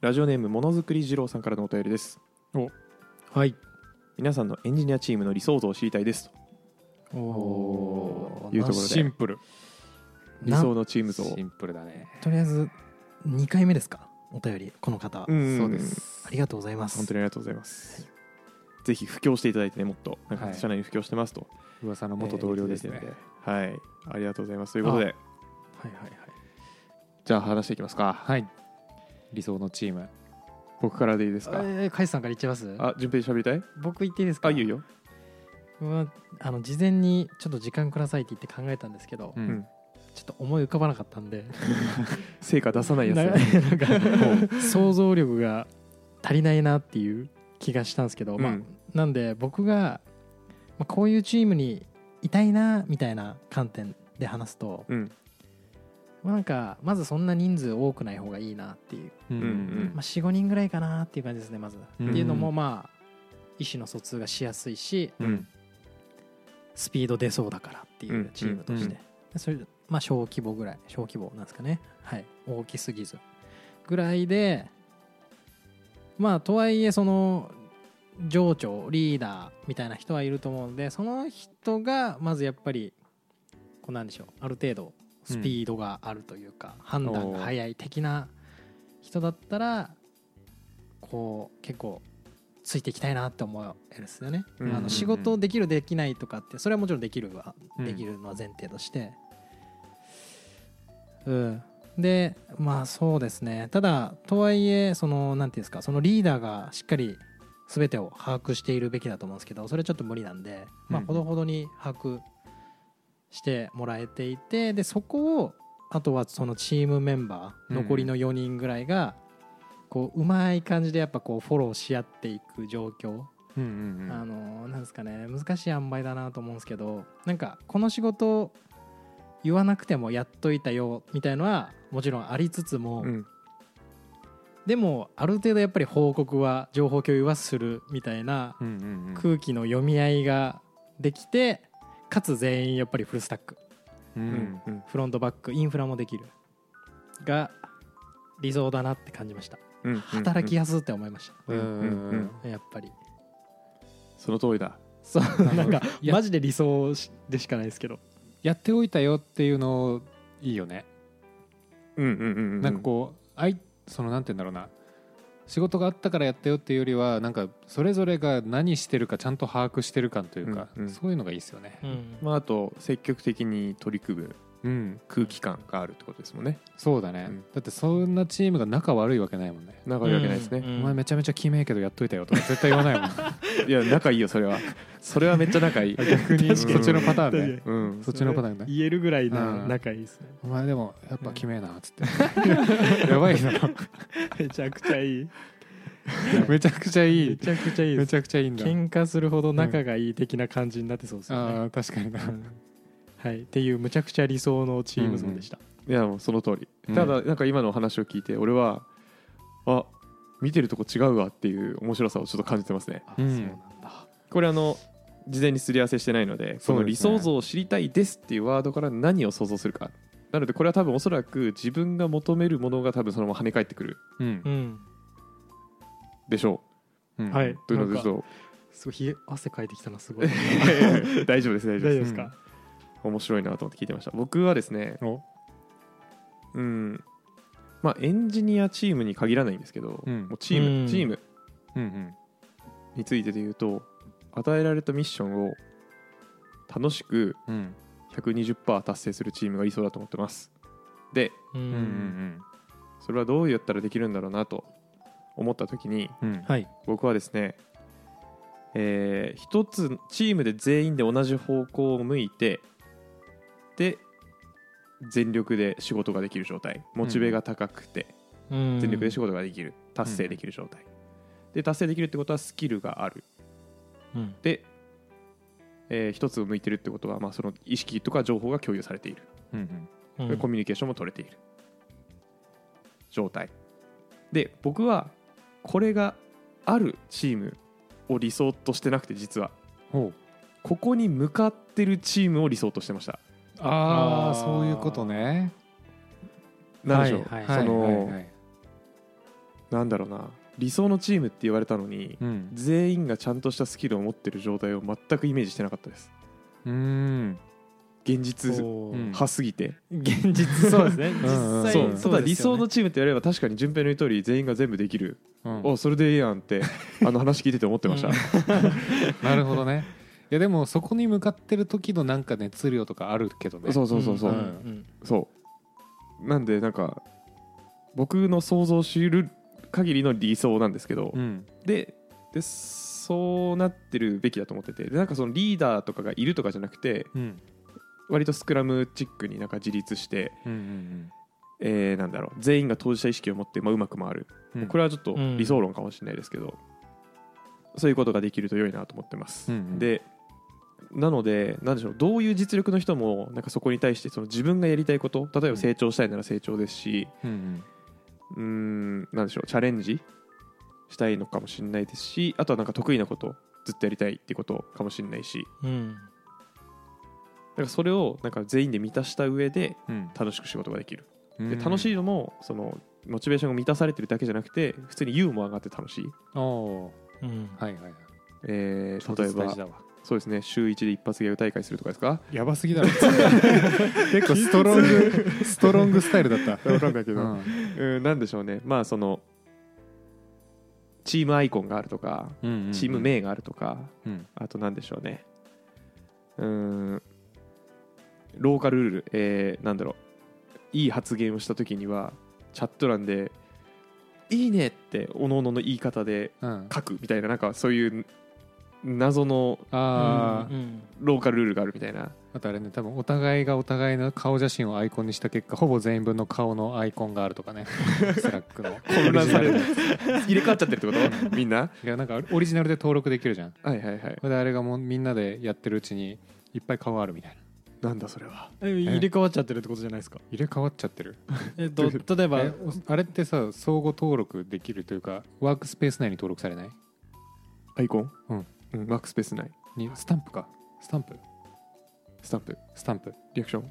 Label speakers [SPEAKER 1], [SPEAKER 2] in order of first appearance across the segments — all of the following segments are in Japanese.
[SPEAKER 1] ラジオネームものづくり二郎さんからのお便りです
[SPEAKER 2] おはい
[SPEAKER 1] 皆さんのエンジニアチームの理想像を知りたいです
[SPEAKER 2] お
[SPEAKER 1] ーいうところで
[SPEAKER 2] シンプル
[SPEAKER 1] 理
[SPEAKER 3] な
[SPEAKER 1] 想のチーム像
[SPEAKER 3] シンプルだね
[SPEAKER 2] とりあえず2回目ですかお便りこの方、
[SPEAKER 1] ん
[SPEAKER 3] そうです
[SPEAKER 2] ありがとうございます
[SPEAKER 1] 本当にありがとうございますぜひ布教していただいてねもっとなん
[SPEAKER 3] は
[SPEAKER 1] か
[SPEAKER 3] い
[SPEAKER 1] 社内に布教してますと、
[SPEAKER 3] 噂の元同僚ですね
[SPEAKER 1] えーはいありがとうございますということで
[SPEAKER 2] はいはいはい
[SPEAKER 1] じゃあ話していきますか
[SPEAKER 3] はい理想のチーム
[SPEAKER 1] 僕からでいいですか
[SPEAKER 2] えー、カイさんから言っちゃいます
[SPEAKER 1] あ順平喋りたい
[SPEAKER 2] 僕言っていいですか
[SPEAKER 1] あいいよいいよ
[SPEAKER 2] 僕はあの事前にちょっと時間くださいって言って考えたんですけど、
[SPEAKER 3] う
[SPEAKER 1] うんん
[SPEAKER 2] ちょっと思い浮かばなかったんで
[SPEAKER 1] 成果出さないやつ
[SPEAKER 2] な
[SPEAKER 1] だ
[SPEAKER 2] なん か想像力が足りないなっていう気がしたんですけど、ま
[SPEAKER 1] う
[SPEAKER 2] あ
[SPEAKER 1] ん、
[SPEAKER 2] なんで僕が、まあ、こういうチームにいたいなみたいな観点で話すと、
[SPEAKER 1] うん
[SPEAKER 2] まあなんかまずそんな人数多くない方がいいなっていう、
[SPEAKER 3] うんうん
[SPEAKER 2] まあ、45人ぐらいかなっていう感じですねまず、
[SPEAKER 3] うん
[SPEAKER 2] っていうのもまあ意思の疎通がしやすいし
[SPEAKER 3] うん
[SPEAKER 2] スピード出そうだからっていうチームとして、
[SPEAKER 1] うんうん
[SPEAKER 2] でそれまあ小規模ぐらい小規模なんですかねはい大きすぎずぐらいでまあとはいえその上長リーダーみたいな人はいると思うのでその人がまずやっぱりこうなんでしょうある程度スピードがあるというか、判断が早い的な人だったらこう結構ついていきたいなって思えるんですよね。
[SPEAKER 1] うん
[SPEAKER 2] あの仕事できるできないとかってそれはもちろんできるはできるのは前提として、うん、でまあそうですねただとはいえそのなんていうんですかそのリーダーがしっかり全てを把握しているべきだと思うんですけどそれはちょっと無理なんで、まあ、
[SPEAKER 3] うん
[SPEAKER 2] ほどほどに把握してもらえていてでそこをあとはそのチームメンバ
[SPEAKER 3] う
[SPEAKER 2] ー
[SPEAKER 3] ん
[SPEAKER 2] 残りの4人ぐらいがこううまい感じでやっぱこうフォローし合っていく状況
[SPEAKER 3] うんうんうん
[SPEAKER 2] あのなんですかね難しい塩梅だなと思うんですけどなんかこの仕事言わなくてもやっといたよみたいのはもちろんありつつも、
[SPEAKER 1] うん
[SPEAKER 2] でもある程度やっぱり報告は情報共有はするみたいな
[SPEAKER 3] うんうんうん
[SPEAKER 2] 空気の読み合いができてかつ全員やっぱりフルスタック
[SPEAKER 3] う
[SPEAKER 1] うんんうん
[SPEAKER 2] フロントバックインフラもできるが理想だなって感じました
[SPEAKER 1] うん
[SPEAKER 2] 働きやすって思いました、
[SPEAKER 1] うんうんうん
[SPEAKER 2] やっぱり
[SPEAKER 1] その通りだ
[SPEAKER 2] そう
[SPEAKER 3] な
[SPEAKER 2] な
[SPEAKER 3] るほ
[SPEAKER 2] ん
[SPEAKER 3] ど
[SPEAKER 2] かマジで理想しでしかないですけど
[SPEAKER 3] やっておいたよっていうのいいよね
[SPEAKER 1] うんうんうんうん
[SPEAKER 3] なんかこうあいそのなんて言うんだろうな仕事があったからやったよっていうよりはなんかそれぞれが何してるかちゃんと把握してる感というか、
[SPEAKER 1] うんうん
[SPEAKER 3] そういうのがいいですよね
[SPEAKER 2] うん
[SPEAKER 1] まああと積極的に取り組む
[SPEAKER 3] うん
[SPEAKER 1] 空気感があるってことですもんね
[SPEAKER 3] そうだね、
[SPEAKER 1] うん
[SPEAKER 3] だってそんなチームが仲悪いわけないもんね、
[SPEAKER 1] 仲良いわけないですね、
[SPEAKER 2] うん
[SPEAKER 3] お前めちゃめちゃきめえけどやっといたよとか絶対言 わないもん
[SPEAKER 1] いや仲いいよそれはそれはめっちゃ仲いい
[SPEAKER 3] 逆
[SPEAKER 1] 確
[SPEAKER 3] に
[SPEAKER 1] かに
[SPEAKER 3] そっちのパ
[SPEAKER 2] 確
[SPEAKER 3] ターン
[SPEAKER 2] か
[SPEAKER 3] ね
[SPEAKER 2] に
[SPEAKER 1] うん
[SPEAKER 3] そっちのパターンね
[SPEAKER 2] 言えるぐらい
[SPEAKER 3] な
[SPEAKER 2] な
[SPEAKER 3] 仲
[SPEAKER 2] 仲いいですね
[SPEAKER 3] お前でもやっぱきめえなっつって やばいな
[SPEAKER 2] めちゃくちゃいい
[SPEAKER 3] めちゃくちゃい
[SPEAKER 2] め
[SPEAKER 3] い
[SPEAKER 2] ちゃくちゃいい
[SPEAKER 3] め
[SPEAKER 2] です
[SPEAKER 3] ちゃくちゃいいんだ
[SPEAKER 2] 喧嘩するほど仲がいい的な感じになってそうですよね、
[SPEAKER 3] ああ確かにな
[SPEAKER 2] うんはい、っていうむちゃくちゃ理想のチーム像でした、
[SPEAKER 1] いやもうその通り、
[SPEAKER 3] うん
[SPEAKER 1] ただなんか今のお話を聞いて俺はあ見てるとこ違うわっていう面白さをちょっと感じてますね
[SPEAKER 2] あ
[SPEAKER 3] うん
[SPEAKER 2] んだ
[SPEAKER 1] これあの事前にすり合わせしてないのでそ
[SPEAKER 3] そう
[SPEAKER 1] の
[SPEAKER 3] で
[SPEAKER 1] 理
[SPEAKER 3] す
[SPEAKER 1] 想
[SPEAKER 3] ね
[SPEAKER 1] 像を知りたいですっていうワードから何を想像するかなのでこれは多分おそらく自分が求めるものが多分そのまま跳ね返ってくる
[SPEAKER 3] うん
[SPEAKER 2] うん
[SPEAKER 1] でしょ
[SPEAKER 3] うん
[SPEAKER 2] はい、
[SPEAKER 1] うというの
[SPEAKER 2] な
[SPEAKER 1] で
[SPEAKER 2] んか
[SPEAKER 1] そ
[SPEAKER 2] すごい冷え汗かいてきたなすごい
[SPEAKER 1] う大丈夫です大
[SPEAKER 2] 大
[SPEAKER 1] 丈
[SPEAKER 2] 丈
[SPEAKER 1] 夫
[SPEAKER 2] 夫
[SPEAKER 1] で
[SPEAKER 2] ですすか、
[SPEAKER 1] 面白いなと思って聞いてました僕はですね
[SPEAKER 3] お
[SPEAKER 1] うんまあエンジニアチームに限らないんですけど、
[SPEAKER 3] うん
[SPEAKER 1] もうチーム、
[SPEAKER 2] うん
[SPEAKER 1] チーム
[SPEAKER 3] うんうん
[SPEAKER 1] についてで言うと与えられたミッションを楽しく
[SPEAKER 3] うん
[SPEAKER 1] 120%達成するチームが理想だと思ってますで
[SPEAKER 2] うん
[SPEAKER 3] うんうん
[SPEAKER 1] それはどうやったらできるんだろうなと思った時に
[SPEAKER 3] うんうん
[SPEAKER 2] はい
[SPEAKER 1] 僕はですねえー一つチームで全員で同じ方向を向いてで全力で仕事ができる状態モチベが高くて、全力で仕
[SPEAKER 2] ょ、
[SPEAKER 1] 事ができる達成できる状態、で達成できるってことはスキルがある
[SPEAKER 2] うん
[SPEAKER 1] で、えー一つを向いてるってことは、まあ、その意識とか情報が共有されている、
[SPEAKER 3] うんうん
[SPEAKER 2] うん
[SPEAKER 1] でコミュニケーションも取れている状態で僕はこれがあるチームを理想としてなくて実は
[SPEAKER 3] ほう
[SPEAKER 1] ここに向かってるチームを理想としてました
[SPEAKER 3] あ
[SPEAKER 2] あー
[SPEAKER 3] あそういうことね
[SPEAKER 1] なんでしょう、
[SPEAKER 2] はい
[SPEAKER 1] その、
[SPEAKER 3] はいはい
[SPEAKER 1] なんだろうな理想のチームって言われたのに、
[SPEAKER 3] うん
[SPEAKER 1] 全員がちゃんとしたスキルを持ってる状態を全くイメージしてなかったです
[SPEAKER 3] うーん
[SPEAKER 1] 現実
[SPEAKER 2] おー
[SPEAKER 3] うん
[SPEAKER 1] 派すぎて、
[SPEAKER 2] 現実そうですね実
[SPEAKER 3] うん
[SPEAKER 2] 際
[SPEAKER 1] そ
[SPEAKER 2] そううです
[SPEAKER 1] た
[SPEAKER 2] よ
[SPEAKER 1] だ
[SPEAKER 2] ね
[SPEAKER 1] 理想のチームってやれば確かに順平の言う通り全員が全部できる、
[SPEAKER 3] うん
[SPEAKER 1] おそれでいいやんってあの話聞いてて思ってました、
[SPEAKER 2] うん
[SPEAKER 3] なるほどねいやでもそこに向かってる時のなんか熱量とかあるけどね
[SPEAKER 1] そうそうそうそう、
[SPEAKER 3] うん
[SPEAKER 2] ん
[SPEAKER 1] そうなんでなんか僕の想像しうる限りの理想なんですけど、
[SPEAKER 3] うん
[SPEAKER 1] ででそうなってるべきだと思っててでなんかそのリーダーとかがいるとかじゃなくて
[SPEAKER 3] うん
[SPEAKER 1] 割とスクラムチックになんか自立して、
[SPEAKER 3] うんうん
[SPEAKER 1] えーなんだろう全員が当事者意識を持って、まあ、うまく回る、
[SPEAKER 3] うんうん
[SPEAKER 1] これはちょっと理想論かもしれないですけど、そういうことができると良いなと思ってます、
[SPEAKER 3] うんうん
[SPEAKER 1] でなのでなんでしょうどういう実力の人もなんかそこに対してその自分がやりたいこと例えば成長したいなら成長ですし、
[SPEAKER 3] うんうん
[SPEAKER 1] うーんなんでしょうチャレンジしたいのかもしれないですしあとはなんか得意なことずっとやりたいっていうことかもしれないし
[SPEAKER 2] うん
[SPEAKER 1] なんかそれをなんか全員で満たした上で
[SPEAKER 3] うん
[SPEAKER 1] 楽しく仕事ができる、
[SPEAKER 3] うん
[SPEAKER 1] で楽しいのもそのモチベーションが満たされてるだけじゃなくて普通にユーモアがあって楽しい、
[SPEAKER 3] おお
[SPEAKER 2] うん
[SPEAKER 3] ーはいはいはい
[SPEAKER 1] えー例えば
[SPEAKER 3] だわ
[SPEAKER 1] そうですね週1で一発ギャグ大会するとかですか
[SPEAKER 3] やばすぎだろ 結構ストロングストロングスタイルだった
[SPEAKER 1] 分かんないけ
[SPEAKER 3] う
[SPEAKER 1] ど、うん
[SPEAKER 3] ん
[SPEAKER 1] なんでしょうねまあそのチームアイコンがあるとか
[SPEAKER 3] うんうん
[SPEAKER 1] チーム名があるとか、
[SPEAKER 3] うん
[SPEAKER 1] あと何でしょうねうーんローカルルール、えー、なんだろういい発言をした時にはチャット欄で「いいね」っておのおのの言い方で
[SPEAKER 3] うん
[SPEAKER 1] 書くみたいななんかそういう謎の
[SPEAKER 3] あ
[SPEAKER 2] う
[SPEAKER 3] ー
[SPEAKER 2] ん
[SPEAKER 1] ローカルルールがあるみたいな
[SPEAKER 3] あとあれね多分お互いがお互いの顔写真をアイコンにした結果ほぼ全部の顔のアイコンがある とかねスラックの
[SPEAKER 1] 混乱される入れ替わっちゃってるってことみんない
[SPEAKER 3] やなんかオリジナルで登録できるじゃん
[SPEAKER 1] はいはいはい
[SPEAKER 3] それであれがもうみんなでやってるうちにいっぱい顔あるみたいな
[SPEAKER 1] なんだそれは
[SPEAKER 2] え入れ替わっちゃってるってことじゃないですか
[SPEAKER 3] 入れ替わっちゃってる
[SPEAKER 2] えっと例えば
[SPEAKER 3] えおあれってさ相互登録できるというかワークスペース内に登録されない
[SPEAKER 1] アイコン、
[SPEAKER 3] うん
[SPEAKER 1] うん、ワークスペース内
[SPEAKER 3] にスタンプかスタンプ
[SPEAKER 1] スタンプ
[SPEAKER 3] スタンプ
[SPEAKER 1] リアクション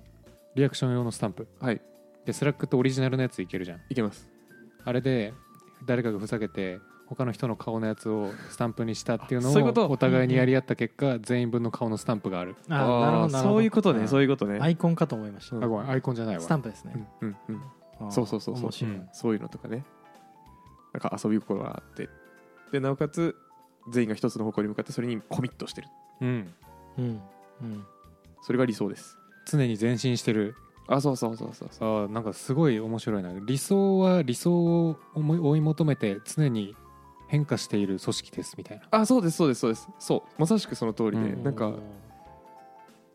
[SPEAKER 3] リアクション用のスタンプ
[SPEAKER 1] はい
[SPEAKER 3] でスラックってオリジナルのやついけるじゃん
[SPEAKER 1] いけます
[SPEAKER 3] あれで誰かがふざけて他の人の顔のやつをスタンプにしたっていうの
[SPEAKER 1] そういうこと
[SPEAKER 3] をお互いにやり合った結果全員分の顔のスタンプがある
[SPEAKER 2] あーなるほど
[SPEAKER 1] ー
[SPEAKER 2] なるほど
[SPEAKER 1] そういうこと
[SPEAKER 3] う
[SPEAKER 1] ね
[SPEAKER 3] ん
[SPEAKER 1] そういうことね
[SPEAKER 2] アイコンかと思いました
[SPEAKER 1] うん
[SPEAKER 3] あごめんアイコンじゃないわ
[SPEAKER 2] スタンプですね
[SPEAKER 1] うんうんうん
[SPEAKER 2] あー
[SPEAKER 1] そうそうそうそう
[SPEAKER 2] 面白い
[SPEAKER 3] うん
[SPEAKER 1] そういうのとかねなんか遊び心があってでなおかつ全員が一つの方向に向かってそれにコミットしてる
[SPEAKER 3] うん
[SPEAKER 2] うんうん
[SPEAKER 1] それが理想です
[SPEAKER 3] 常に前進してる
[SPEAKER 1] あそうそうそうそうそ
[SPEAKER 3] あーなんかすごい面白いな理想は理想を思い追い求めて常に変化している組織ですみたいな
[SPEAKER 1] あそうですそうですそうですそうまさしくその通りで、
[SPEAKER 3] うん
[SPEAKER 1] なんか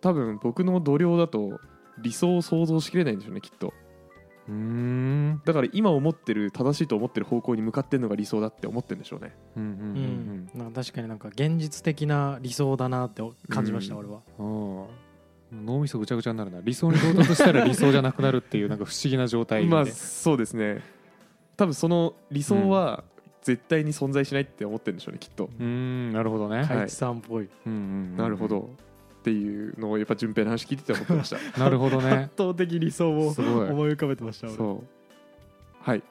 [SPEAKER 1] 多分僕の度量だと理想を想像しきれないんでしょうねきっと
[SPEAKER 3] うーん
[SPEAKER 1] だから今思ってる正しいと思ってる方向に向かってるのが理想だって思ってるんでしょうね
[SPEAKER 3] うんうん
[SPEAKER 2] うんなんか確かになんか現実的な理想だなって感じました
[SPEAKER 1] うん
[SPEAKER 2] 俺は
[SPEAKER 3] うんうんあー脳みそぐちゃぐちゃになるな理想に到達したら理想じゃなくなるっていうなんか不思議な状態で、
[SPEAKER 1] まあそうですね多分その理想は絶対に存在しないって思ってるんでしょうねきっと、
[SPEAKER 3] うーんなるほどね、
[SPEAKER 1] い
[SPEAKER 2] 太一さんっぽい
[SPEAKER 3] うんうんうん
[SPEAKER 1] なるほどっていうのをやっぱ順平の話聞いてて思ってました
[SPEAKER 3] なるほどね
[SPEAKER 2] 圧倒的理想を
[SPEAKER 3] すごい
[SPEAKER 2] 思い浮かべてました俺
[SPEAKER 1] そうはい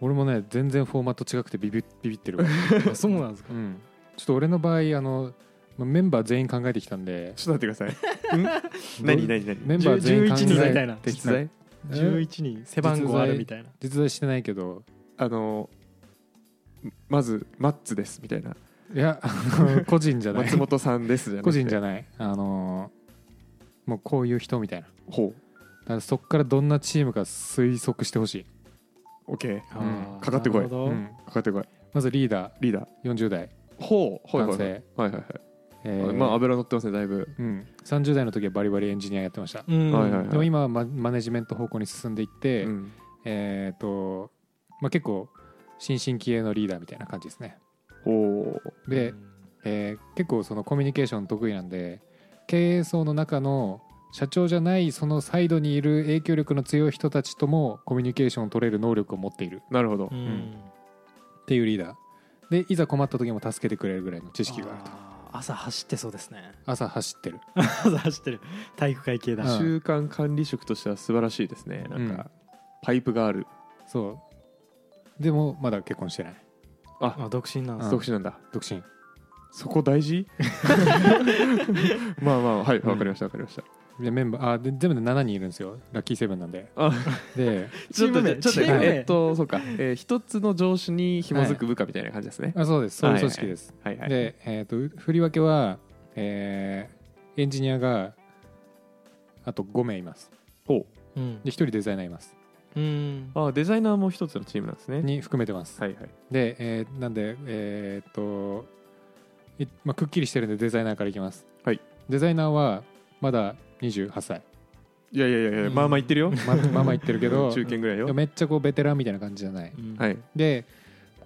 [SPEAKER 3] 俺もね全然フォーマット違くてビビビビってるわ、
[SPEAKER 2] あ そうなんですか
[SPEAKER 3] うん、ちょっと俺の場合あのまあメンバー全員考えてきたんで
[SPEAKER 1] ちょっと待ってくださいん何何何
[SPEAKER 3] メンバー全員考
[SPEAKER 2] 11人みた
[SPEAKER 3] え
[SPEAKER 2] いな
[SPEAKER 3] てき
[SPEAKER 1] 実
[SPEAKER 3] た
[SPEAKER 1] 在
[SPEAKER 3] え
[SPEAKER 2] 11人背番号あるみたいな
[SPEAKER 3] 実在してないけど
[SPEAKER 1] あのまずマッツですみたいない
[SPEAKER 3] やあの個人じゃない
[SPEAKER 1] 松本さんですじゃなくて
[SPEAKER 3] 個人じゃ
[SPEAKER 1] な
[SPEAKER 3] ないあのもうこういう人みたいなだ
[SPEAKER 1] いほ
[SPEAKER 3] からそこからどんなチームか推測してほしい、
[SPEAKER 1] う OK
[SPEAKER 2] あー
[SPEAKER 1] かかってこい
[SPEAKER 2] なるほ
[SPEAKER 3] う
[SPEAKER 2] ど
[SPEAKER 3] ん
[SPEAKER 1] かかってこい
[SPEAKER 3] まずリーダー
[SPEAKER 1] リーダー
[SPEAKER 3] 40代、
[SPEAKER 1] ほうほいほいは
[SPEAKER 3] 男
[SPEAKER 1] い
[SPEAKER 3] 性
[SPEAKER 1] はいはい
[SPEAKER 3] え
[SPEAKER 1] はい
[SPEAKER 3] ー
[SPEAKER 1] まあ油乗ってますねだいぶ
[SPEAKER 3] うん、30代の時はバリバリエンジニアやってました、
[SPEAKER 2] うん
[SPEAKER 1] はいはいはい
[SPEAKER 3] でも今はママネジメント方向に進んでいって、
[SPEAKER 1] うん
[SPEAKER 3] えっ、と、まあ、結構新進気鋭のリーダーみたいな感じですね
[SPEAKER 1] ほう
[SPEAKER 3] で、えー結構そのコミュニケーション得意なんで経営層の中の社長じゃないそのサイドにいる影響力の強い人たちともコミュニケーションを取れる能力を持っている
[SPEAKER 1] なるほど
[SPEAKER 2] うん
[SPEAKER 3] っていうリーダーでいざ困った時も助けてくれるぐらいの知識があると
[SPEAKER 2] あー朝走ってそうですね
[SPEAKER 3] 朝走ってる
[SPEAKER 2] 朝走ってる体育会系だ
[SPEAKER 3] うん
[SPEAKER 1] 中間管理職としては素晴らしいですねなんかパイプがある
[SPEAKER 3] そうでもまだ結婚してない
[SPEAKER 1] あ
[SPEAKER 4] あ独身なんです
[SPEAKER 1] 独身なんだ
[SPEAKER 3] 独身
[SPEAKER 1] そこ大 事まあまあはいわかりましたわかりました
[SPEAKER 3] でメンバーあで全部で7人いるんですよラッキーセブンなんで
[SPEAKER 1] あ
[SPEAKER 3] で
[SPEAKER 1] ちょっと
[SPEAKER 2] チーム名
[SPEAKER 1] ちょっと
[SPEAKER 2] チーム名
[SPEAKER 1] えっとそうかえー一つの上司に紐づく部下みたいな感じですね
[SPEAKER 3] あそうですそういう組織です、
[SPEAKER 1] はいはい
[SPEAKER 3] で、えー、とう振り分けは、えーエンジニアがあと5名います
[SPEAKER 1] ほ
[SPEAKER 2] うん
[SPEAKER 3] で1人デザイナーいます
[SPEAKER 2] うん
[SPEAKER 1] うあデザイナーも一つのチームなんですね
[SPEAKER 3] に含めてます、
[SPEAKER 1] はいはい
[SPEAKER 3] で、えーなんでえーっと、いまあ、くっきりしてるんでデザイナーからいきます、
[SPEAKER 1] はい、
[SPEAKER 3] デザイナーはまだ28歳
[SPEAKER 1] いやいやいやいやまあまあ言ってるよ
[SPEAKER 3] ままあまあ言ってるけど
[SPEAKER 1] 中堅ぐらいよ
[SPEAKER 3] めっちゃこうベテランみたいな感じじゃない
[SPEAKER 1] はい
[SPEAKER 3] で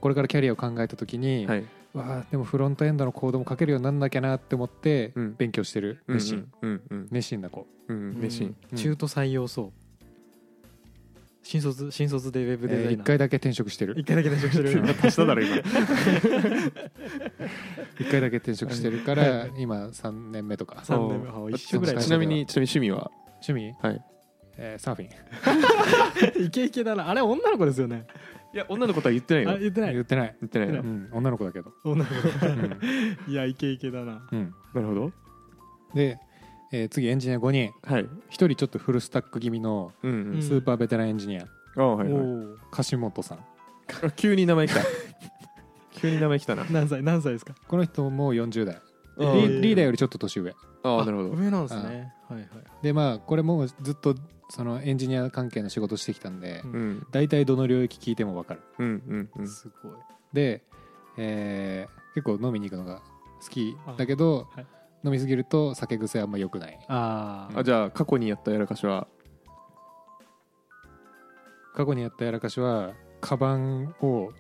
[SPEAKER 3] これからキャリアを考えた時に、
[SPEAKER 1] はい
[SPEAKER 3] わあでもフロントエンドのコードも書けるようになんなきゃなって思って
[SPEAKER 1] うん
[SPEAKER 3] 勉強してる、熱心
[SPEAKER 1] うんうん
[SPEAKER 3] 熱心な子
[SPEAKER 1] うん熱心
[SPEAKER 3] うん
[SPEAKER 2] 中途採用そう新卒新卒でウェブデザ
[SPEAKER 3] え
[SPEAKER 2] イ
[SPEAKER 3] 1
[SPEAKER 2] ナー
[SPEAKER 3] 回だけ転職してる
[SPEAKER 2] 一回だけ転 職してる
[SPEAKER 1] 足しただろ今
[SPEAKER 3] 1回だけ転職してるから今3年目とか
[SPEAKER 2] 三年目
[SPEAKER 1] あー
[SPEAKER 2] あ一緒ぐらい
[SPEAKER 1] ちなみにちなみに趣味は
[SPEAKER 3] 趣味、
[SPEAKER 1] はい
[SPEAKER 3] えーサーフィ ン
[SPEAKER 2] イケイケだなあれ女の子ですよね
[SPEAKER 1] いや女の子とは言ってない
[SPEAKER 2] あ
[SPEAKER 1] よ
[SPEAKER 2] 言ってない
[SPEAKER 3] 言ってない、
[SPEAKER 1] 言ってないよ
[SPEAKER 3] うん、女の子だけど、
[SPEAKER 2] 女の子
[SPEAKER 3] うん
[SPEAKER 2] いやイケイケだな
[SPEAKER 3] うん
[SPEAKER 1] なるほど
[SPEAKER 3] で、えー次エンジニア5人
[SPEAKER 1] はい
[SPEAKER 3] 1人ちょっとフルスタック気味の
[SPEAKER 1] うんうん
[SPEAKER 3] スーパーベテランエンジニア、
[SPEAKER 1] あ
[SPEAKER 2] お
[SPEAKER 1] はいはい
[SPEAKER 2] お
[SPEAKER 3] 樫本さん
[SPEAKER 1] あ急に名前来 た急に名前来たな
[SPEAKER 2] 何歳何歳ですか
[SPEAKER 3] この人も40代
[SPEAKER 1] あ
[SPEAKER 3] リ
[SPEAKER 1] ー
[SPEAKER 3] ーリーダーよりちょっと年上
[SPEAKER 1] ああなるほど
[SPEAKER 2] 上なんですねはいはい
[SPEAKER 3] でまあこれもずっとそのエンジニア関係の仕事してきたんで、
[SPEAKER 2] うん
[SPEAKER 1] うん
[SPEAKER 3] 大体どの領域聞いても分かる
[SPEAKER 1] うんうん
[SPEAKER 2] すごい
[SPEAKER 3] で、えー結構飲みに行くのが好きだけど、
[SPEAKER 2] あはい
[SPEAKER 3] 飲みすぎると酒癖あんま良くない
[SPEAKER 2] あ
[SPEAKER 1] あじゃあ過去にやったやらかしは
[SPEAKER 3] 過去にやったやらかしはカバンを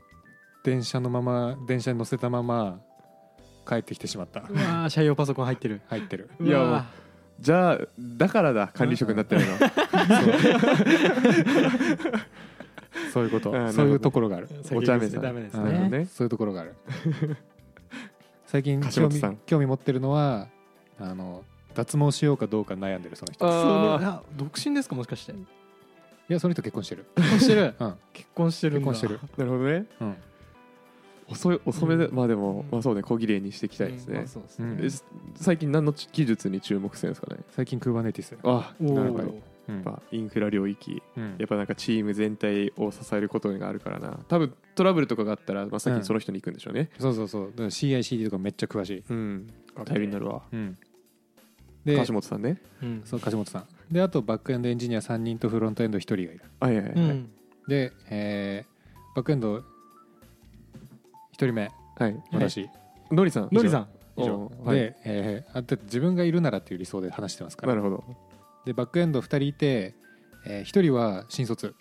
[SPEAKER 3] 電車のまま電車に乗せたまま帰ってきてしまった
[SPEAKER 2] うわー社用パソコン入ってる
[SPEAKER 3] 入ってる
[SPEAKER 1] いや
[SPEAKER 2] うわ
[SPEAKER 1] じゃあだからだ管理職になって ないの
[SPEAKER 3] そういうこと
[SPEAKER 1] あーなるほど
[SPEAKER 3] そういうところがある
[SPEAKER 2] ー
[SPEAKER 1] お茶目
[SPEAKER 2] 酒癖ダメです
[SPEAKER 3] あ
[SPEAKER 1] なるほど
[SPEAKER 2] ね
[SPEAKER 1] ね
[SPEAKER 3] そういうところが ある最近
[SPEAKER 1] 樫
[SPEAKER 3] 興
[SPEAKER 1] 本
[SPEAKER 3] 味
[SPEAKER 1] さん
[SPEAKER 3] 興味持ってるのはあの脱毛しようかどうか悩んでるその
[SPEAKER 2] そ
[SPEAKER 3] 人
[SPEAKER 2] の
[SPEAKER 1] あ
[SPEAKER 2] あ独身ですかもしかして
[SPEAKER 3] いやその人結婚してる、
[SPEAKER 2] 結婚してる
[SPEAKER 3] うん
[SPEAKER 2] 結婚してるんだ
[SPEAKER 3] 結婚してる、
[SPEAKER 1] ーなるほどね
[SPEAKER 3] うん
[SPEAKER 1] 遅い遅めで、
[SPEAKER 2] うん
[SPEAKER 1] まあでも、まあそうね小綺麗にしていきたいです
[SPEAKER 2] うんま
[SPEAKER 1] ね
[SPEAKER 2] あ、そうです
[SPEAKER 3] うん
[SPEAKER 2] ね
[SPEAKER 1] え最近何の技術に注目してるんですかね
[SPEAKER 3] 最近クーバネティス、
[SPEAKER 1] あ
[SPEAKER 2] おー
[SPEAKER 1] なるほどや
[SPEAKER 3] うん
[SPEAKER 1] っぱインフラ領域
[SPEAKER 3] うん
[SPEAKER 1] やっぱなんかチーム全体を支えることがあるからな多分トラブルとかがあったら、まあ、先にその人に行くんでしょうね
[SPEAKER 3] そうそうそうだから CICD とかめっちゃ詳しい、
[SPEAKER 1] うん頼りになるわ
[SPEAKER 3] うん、で
[SPEAKER 1] 樫本さんね
[SPEAKER 2] うん
[SPEAKER 3] そう樫本さんであとバックエンドエンジニア3人とフロントエンド1人がいる
[SPEAKER 1] はいはいはい、
[SPEAKER 2] うん
[SPEAKER 3] で、えーバックエンド1人目
[SPEAKER 1] はい
[SPEAKER 3] 私、
[SPEAKER 1] のりさん
[SPEAKER 2] のりさん
[SPEAKER 3] 以上
[SPEAKER 1] おーはい
[SPEAKER 3] で、えーあだって自分がいるならっていう理想で話してますか
[SPEAKER 1] な
[SPEAKER 3] ら
[SPEAKER 1] るほど
[SPEAKER 3] でバックエンド2人いて、え1人は新卒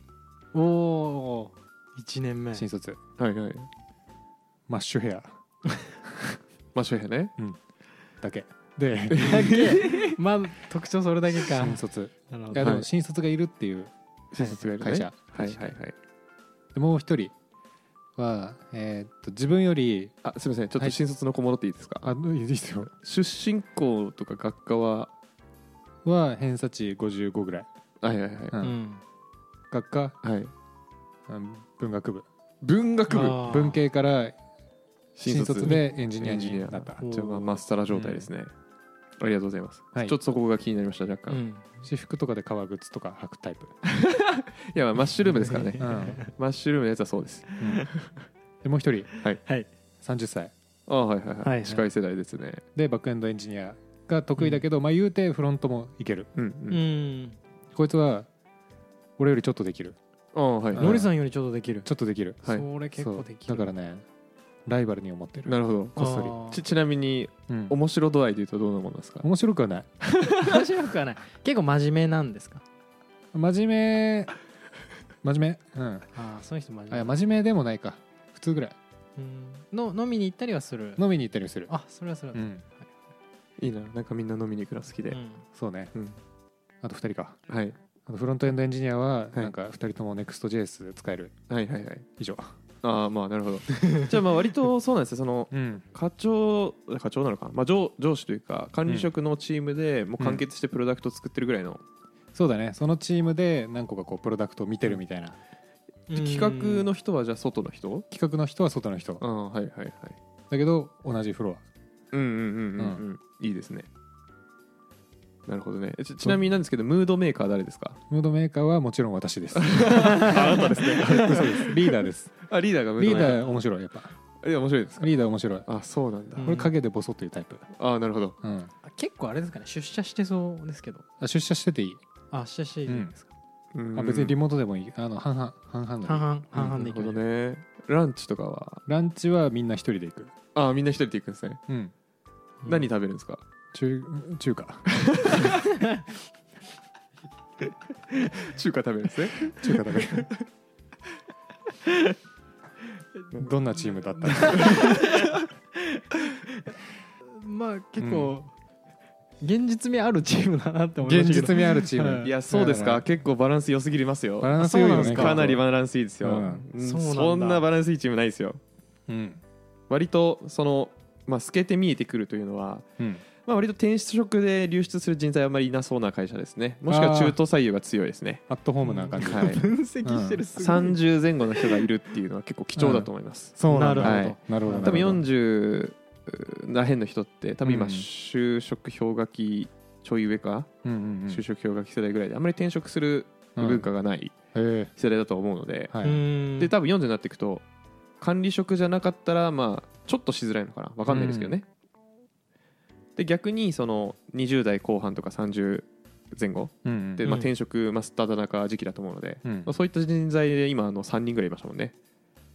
[SPEAKER 2] おお1年目
[SPEAKER 3] 新卒
[SPEAKER 1] はいはい
[SPEAKER 3] マッシュヘア
[SPEAKER 1] まあ翔平ね
[SPEAKER 3] だけ で
[SPEAKER 2] だけ まあ特徴それだけか
[SPEAKER 3] 新卒
[SPEAKER 2] なるほ
[SPEAKER 3] い
[SPEAKER 2] ど
[SPEAKER 3] やで
[SPEAKER 1] は
[SPEAKER 3] も
[SPEAKER 1] い
[SPEAKER 3] 新卒がいるっていう
[SPEAKER 1] 新卒がいるね
[SPEAKER 3] 会社、
[SPEAKER 1] はいはいはい
[SPEAKER 3] でもう1人は、えーっと自分より
[SPEAKER 1] あすみませんちょっ
[SPEAKER 3] は
[SPEAKER 1] と
[SPEAKER 3] い
[SPEAKER 1] 新卒の子戻っていいですか、
[SPEAKER 3] あいいですよ
[SPEAKER 1] 出身校とか学科は
[SPEAKER 3] は偏差値55ぐらい、
[SPEAKER 1] はいはいはい、
[SPEAKER 3] う
[SPEAKER 2] う
[SPEAKER 3] ん
[SPEAKER 2] ん
[SPEAKER 3] 学科、
[SPEAKER 1] はい、
[SPEAKER 3] うん文学部
[SPEAKER 1] 文学部
[SPEAKER 2] あー
[SPEAKER 3] 文系から
[SPEAKER 1] 新
[SPEAKER 3] 新
[SPEAKER 1] 卒
[SPEAKER 3] 卒でエンジニア
[SPEAKER 1] エンジニ
[SPEAKER 3] に
[SPEAKER 1] ア
[SPEAKER 3] なった
[SPEAKER 2] おー
[SPEAKER 1] じゃあまあまっさら状態ですね、ありがとうございます、
[SPEAKER 3] はい
[SPEAKER 1] ちょっとそこが気になりました若
[SPEAKER 2] う
[SPEAKER 1] 干、い
[SPEAKER 2] ん
[SPEAKER 3] 私服とかで革靴とか履くタイプ、
[SPEAKER 1] やまあマッシュルームですからね
[SPEAKER 3] うん
[SPEAKER 1] マッシュルームのやつはそうです
[SPEAKER 3] でもう一人
[SPEAKER 2] はい
[SPEAKER 3] 30歳
[SPEAKER 1] ああはいはいはい、
[SPEAKER 2] はいはい
[SPEAKER 1] 近い世代ですね
[SPEAKER 3] でバックエンドエンジニアが得意だけど、まあ言うてフロントもいける
[SPEAKER 1] うん
[SPEAKER 2] う
[SPEAKER 1] うん
[SPEAKER 2] ん
[SPEAKER 3] こいつは俺よりちょっとできる
[SPEAKER 1] ああはい、
[SPEAKER 3] うん
[SPEAKER 2] のりさんよりちょっとできる
[SPEAKER 3] ちょっとできる
[SPEAKER 1] はい
[SPEAKER 2] それ結構でき
[SPEAKER 3] そ
[SPEAKER 2] る
[SPEAKER 3] うだからねライバルに思ってる、
[SPEAKER 1] なるほど
[SPEAKER 3] こっそり
[SPEAKER 2] あー
[SPEAKER 1] ちちなみに
[SPEAKER 3] うん
[SPEAKER 1] 面白度合いでいうとどんなものですか
[SPEAKER 3] 面白くはない
[SPEAKER 2] 面白くはない結構真面目なんですか
[SPEAKER 3] 真面目真面目うん
[SPEAKER 2] ああその人真
[SPEAKER 3] あい
[SPEAKER 2] 面
[SPEAKER 3] や
[SPEAKER 2] 目
[SPEAKER 3] 真面目でもないか普通ぐらい
[SPEAKER 2] うんの飲みに行ったりはする
[SPEAKER 3] 飲みに行ったりする
[SPEAKER 2] あそれはそれは
[SPEAKER 3] うん
[SPEAKER 1] いいななんかみんな飲みに行くの好きで、
[SPEAKER 2] うん
[SPEAKER 3] そうね、
[SPEAKER 1] うん
[SPEAKER 3] あと2人か
[SPEAKER 1] はい、
[SPEAKER 3] あとフロントエンドエンジニアは
[SPEAKER 1] はい
[SPEAKER 3] なんか2人とも NEXTJS 使える
[SPEAKER 1] はいはいはい
[SPEAKER 3] 以上
[SPEAKER 1] ああまあなる ほどじゃあまあ割とそうなんですよその
[SPEAKER 3] うん
[SPEAKER 1] 課長課長なのかな、まあ、上上司というか管理職のチームでもう完結してプロダクト作ってるぐらいの、
[SPEAKER 3] そうだねそのチームで何個かこうプロダクトを見てるみたいな、
[SPEAKER 1] で企画の人はじゃあ外の人
[SPEAKER 3] 企画の人は外の人だ
[SPEAKER 1] うんはいはいはい
[SPEAKER 3] けど同じフロ
[SPEAKER 1] うんうんうんうん、うん、いいですねなるほどねちちなみになんですけどムードメーカー誰ですか
[SPEAKER 3] アムードメーカーはもちろん 私です
[SPEAKER 1] あなたですね
[SPEAKER 3] 嘘ですリーダーです
[SPEAKER 1] あリーダーがムー
[SPEAKER 3] リ
[SPEAKER 1] ド
[SPEAKER 3] ー
[SPEAKER 1] メー
[SPEAKER 3] ダー面白いやっぱ
[SPEAKER 1] カーいや面白いですか
[SPEAKER 3] リーダー面白い
[SPEAKER 1] あそうなんだ、
[SPEAKER 2] うん
[SPEAKER 3] これ影でボソっていうタイプ、
[SPEAKER 1] あなるほど
[SPEAKER 3] うん、
[SPEAKER 2] あ結構あれですかね出社してそうですけど
[SPEAKER 3] あ出社してていい、
[SPEAKER 2] あ出社していいですか、
[SPEAKER 1] うん
[SPEAKER 3] あ別にリモートでもいいあの半々半々だね
[SPEAKER 2] 半々半々で
[SPEAKER 1] ないるほ
[SPEAKER 2] け
[SPEAKER 1] どねランチとかは
[SPEAKER 3] ランチはみんな一人で行く、
[SPEAKER 1] あみんな一人で行くんですね、
[SPEAKER 3] うん、
[SPEAKER 1] 何食べるんですか
[SPEAKER 3] 中中華
[SPEAKER 1] 中華食べるん ですね
[SPEAKER 3] 中華だねどんなチームだった
[SPEAKER 2] まあ結構、現実味あるチームだなって思いま
[SPEAKER 3] 現
[SPEAKER 2] したけど
[SPEAKER 3] 実味あるチー
[SPEAKER 2] は
[SPEAKER 3] ム
[SPEAKER 1] いやそうです
[SPEAKER 3] だ
[SPEAKER 1] か
[SPEAKER 3] ら
[SPEAKER 1] 結構バランス良すぎますよ
[SPEAKER 3] バランス良いよ
[SPEAKER 2] あそうなん
[SPEAKER 3] ね
[SPEAKER 2] です
[SPEAKER 1] かなり
[SPEAKER 3] バ
[SPEAKER 1] バランスいいですよ、
[SPEAKER 3] うん
[SPEAKER 1] うん
[SPEAKER 2] そうなんだ
[SPEAKER 1] そんなバランスいいチームないですよ
[SPEAKER 3] うん
[SPEAKER 1] 割とその、まあ、透けて見えてくるというのは、
[SPEAKER 3] うん
[SPEAKER 1] まあ、割と転職で流出する人材はあまりいなそうな会社ですねもしくは中途採用が強いですね
[SPEAKER 3] アットホームな感じ、
[SPEAKER 1] はい
[SPEAKER 2] 分析してるすごい、
[SPEAKER 1] 30前後の人がいるっていうのは結構貴重だと思います、
[SPEAKER 3] そうな
[SPEAKER 1] な
[SPEAKER 3] んだ
[SPEAKER 1] るほど
[SPEAKER 3] はいなるほど
[SPEAKER 1] 多分
[SPEAKER 3] なるほど
[SPEAKER 1] 40らへんの人って多分今
[SPEAKER 3] うん
[SPEAKER 1] 就職氷河期ちょい上か、
[SPEAKER 3] うんうんうん
[SPEAKER 1] 就職氷河期世代ぐらいであんまり転職する文化がない
[SPEAKER 3] うんへ
[SPEAKER 1] 世代だと思うので、
[SPEAKER 3] えは
[SPEAKER 2] う
[SPEAKER 3] い
[SPEAKER 2] ん
[SPEAKER 1] で多分40になっていくと管理職じゃなかったらまあちょっとしづらいのかなわかんないですけどね、で逆にその20代後半とか30前後
[SPEAKER 3] うん
[SPEAKER 1] で、
[SPEAKER 2] うん
[SPEAKER 1] まあ、転職真っ只中時期だと思うので、
[SPEAKER 3] うん
[SPEAKER 1] まあ、そういった人材で今あの3人ぐらいいましたもんね、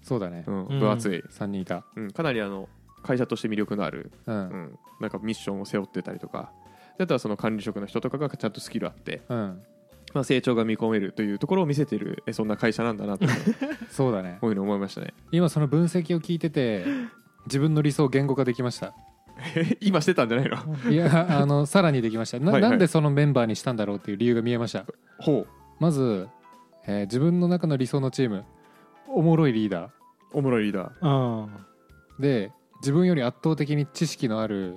[SPEAKER 3] そうだね
[SPEAKER 1] うん、
[SPEAKER 2] うん
[SPEAKER 1] 分厚い、
[SPEAKER 3] 3人いた
[SPEAKER 1] うん、かなりあの会社として魅力のある
[SPEAKER 3] う
[SPEAKER 1] うんん、なんかミッションを背負ってたりとかであとはその管理職の人とかがちゃんとスキルあって、
[SPEAKER 3] うん
[SPEAKER 1] まあ、成長が見込めるというところを見せてるえそんな会社なんだなと こ
[SPEAKER 3] そうだね
[SPEAKER 1] ういうの思いましたね
[SPEAKER 3] 今その分析を聞いてて自分の理想を言語化できました
[SPEAKER 1] 今してたんじゃないの
[SPEAKER 3] いやあのさらにできましたな,、
[SPEAKER 1] はいはい
[SPEAKER 3] なんでそのメンバーにしたんだろうっていう理由が見えました
[SPEAKER 1] ほ
[SPEAKER 3] まず、えー自分の中の理想のチームおもろいリーダ
[SPEAKER 1] うおもろいリーダー
[SPEAKER 2] あ
[SPEAKER 3] ーで自分より圧倒的に知識のある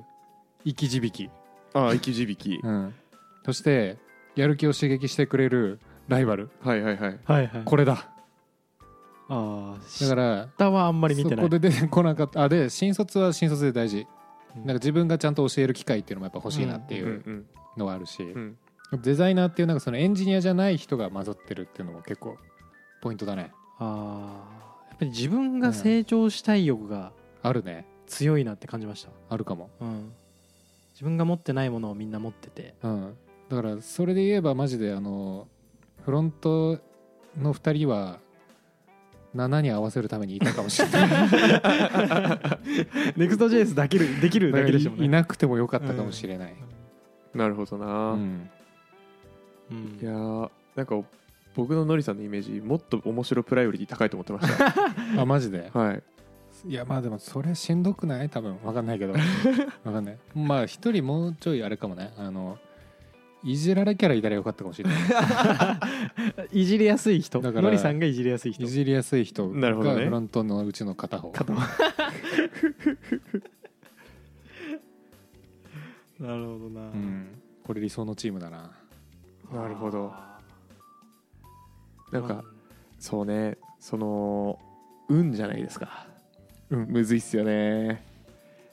[SPEAKER 3] 生き字引き、
[SPEAKER 1] ああ生き字引き
[SPEAKER 3] うん、そしてやる気を刺激してくれるライバル
[SPEAKER 1] はいはいはい
[SPEAKER 2] あはいはい
[SPEAKER 3] これだ
[SPEAKER 2] ああ
[SPEAKER 3] だから
[SPEAKER 2] 下はあんまり見て
[SPEAKER 3] そ
[SPEAKER 2] ない
[SPEAKER 3] こで出てこなかったあで新卒は新卒で大事
[SPEAKER 2] う
[SPEAKER 3] なんんか自分がちゃんと教える機会っていうのもやっぱ欲しいなって
[SPEAKER 1] う
[SPEAKER 3] い
[SPEAKER 1] ん
[SPEAKER 3] う
[SPEAKER 1] うん
[SPEAKER 3] のはあるし、
[SPEAKER 1] うん
[SPEAKER 3] デザイナーっていうなんかそのエンジニアじゃない人が混ざってるっていうのも結構ポイントだね
[SPEAKER 2] ああやっぱり自分が成長したい欲が
[SPEAKER 3] あるね
[SPEAKER 2] 強いなって感じました、
[SPEAKER 3] あるかも
[SPEAKER 2] うん、自分が持ってないものをみんな持ってて
[SPEAKER 3] うんだからそれで言えばマジであのフロントの2人は7に合わせるためにいたかもしれない
[SPEAKER 2] ネクスト JS だけるできる
[SPEAKER 3] だか
[SPEAKER 2] だけ
[SPEAKER 3] ら
[SPEAKER 2] でしたもん
[SPEAKER 3] いい
[SPEAKER 2] ね。
[SPEAKER 3] なくてもよかったかもしれない、
[SPEAKER 1] なるほどな、
[SPEAKER 3] うん
[SPEAKER 2] うん
[SPEAKER 1] いやーなんか僕ののりさんのイメージもっと面白プライオリティ高いと思ってました
[SPEAKER 3] あマジで
[SPEAKER 1] はい
[SPEAKER 3] いやまあでもそれしんどくない多分わかんないけどわかんないまあ一人もうちょいあれかもねあのいじられキャラいたらよかったかもしれない
[SPEAKER 2] いじりやすい人。
[SPEAKER 3] だから
[SPEAKER 2] のりさんがいじりやすい人
[SPEAKER 3] い。じりやすい人
[SPEAKER 1] な
[SPEAKER 3] が
[SPEAKER 1] るほどね
[SPEAKER 3] フロントのうちの片方
[SPEAKER 2] 方なるほどな。
[SPEAKER 3] うん、これ理想のチームだな
[SPEAKER 1] なるほど
[SPEAKER 2] あ
[SPEAKER 1] な
[SPEAKER 2] ー。
[SPEAKER 1] んかそうねその運じゃないですか
[SPEAKER 3] うん
[SPEAKER 1] むずいっすよね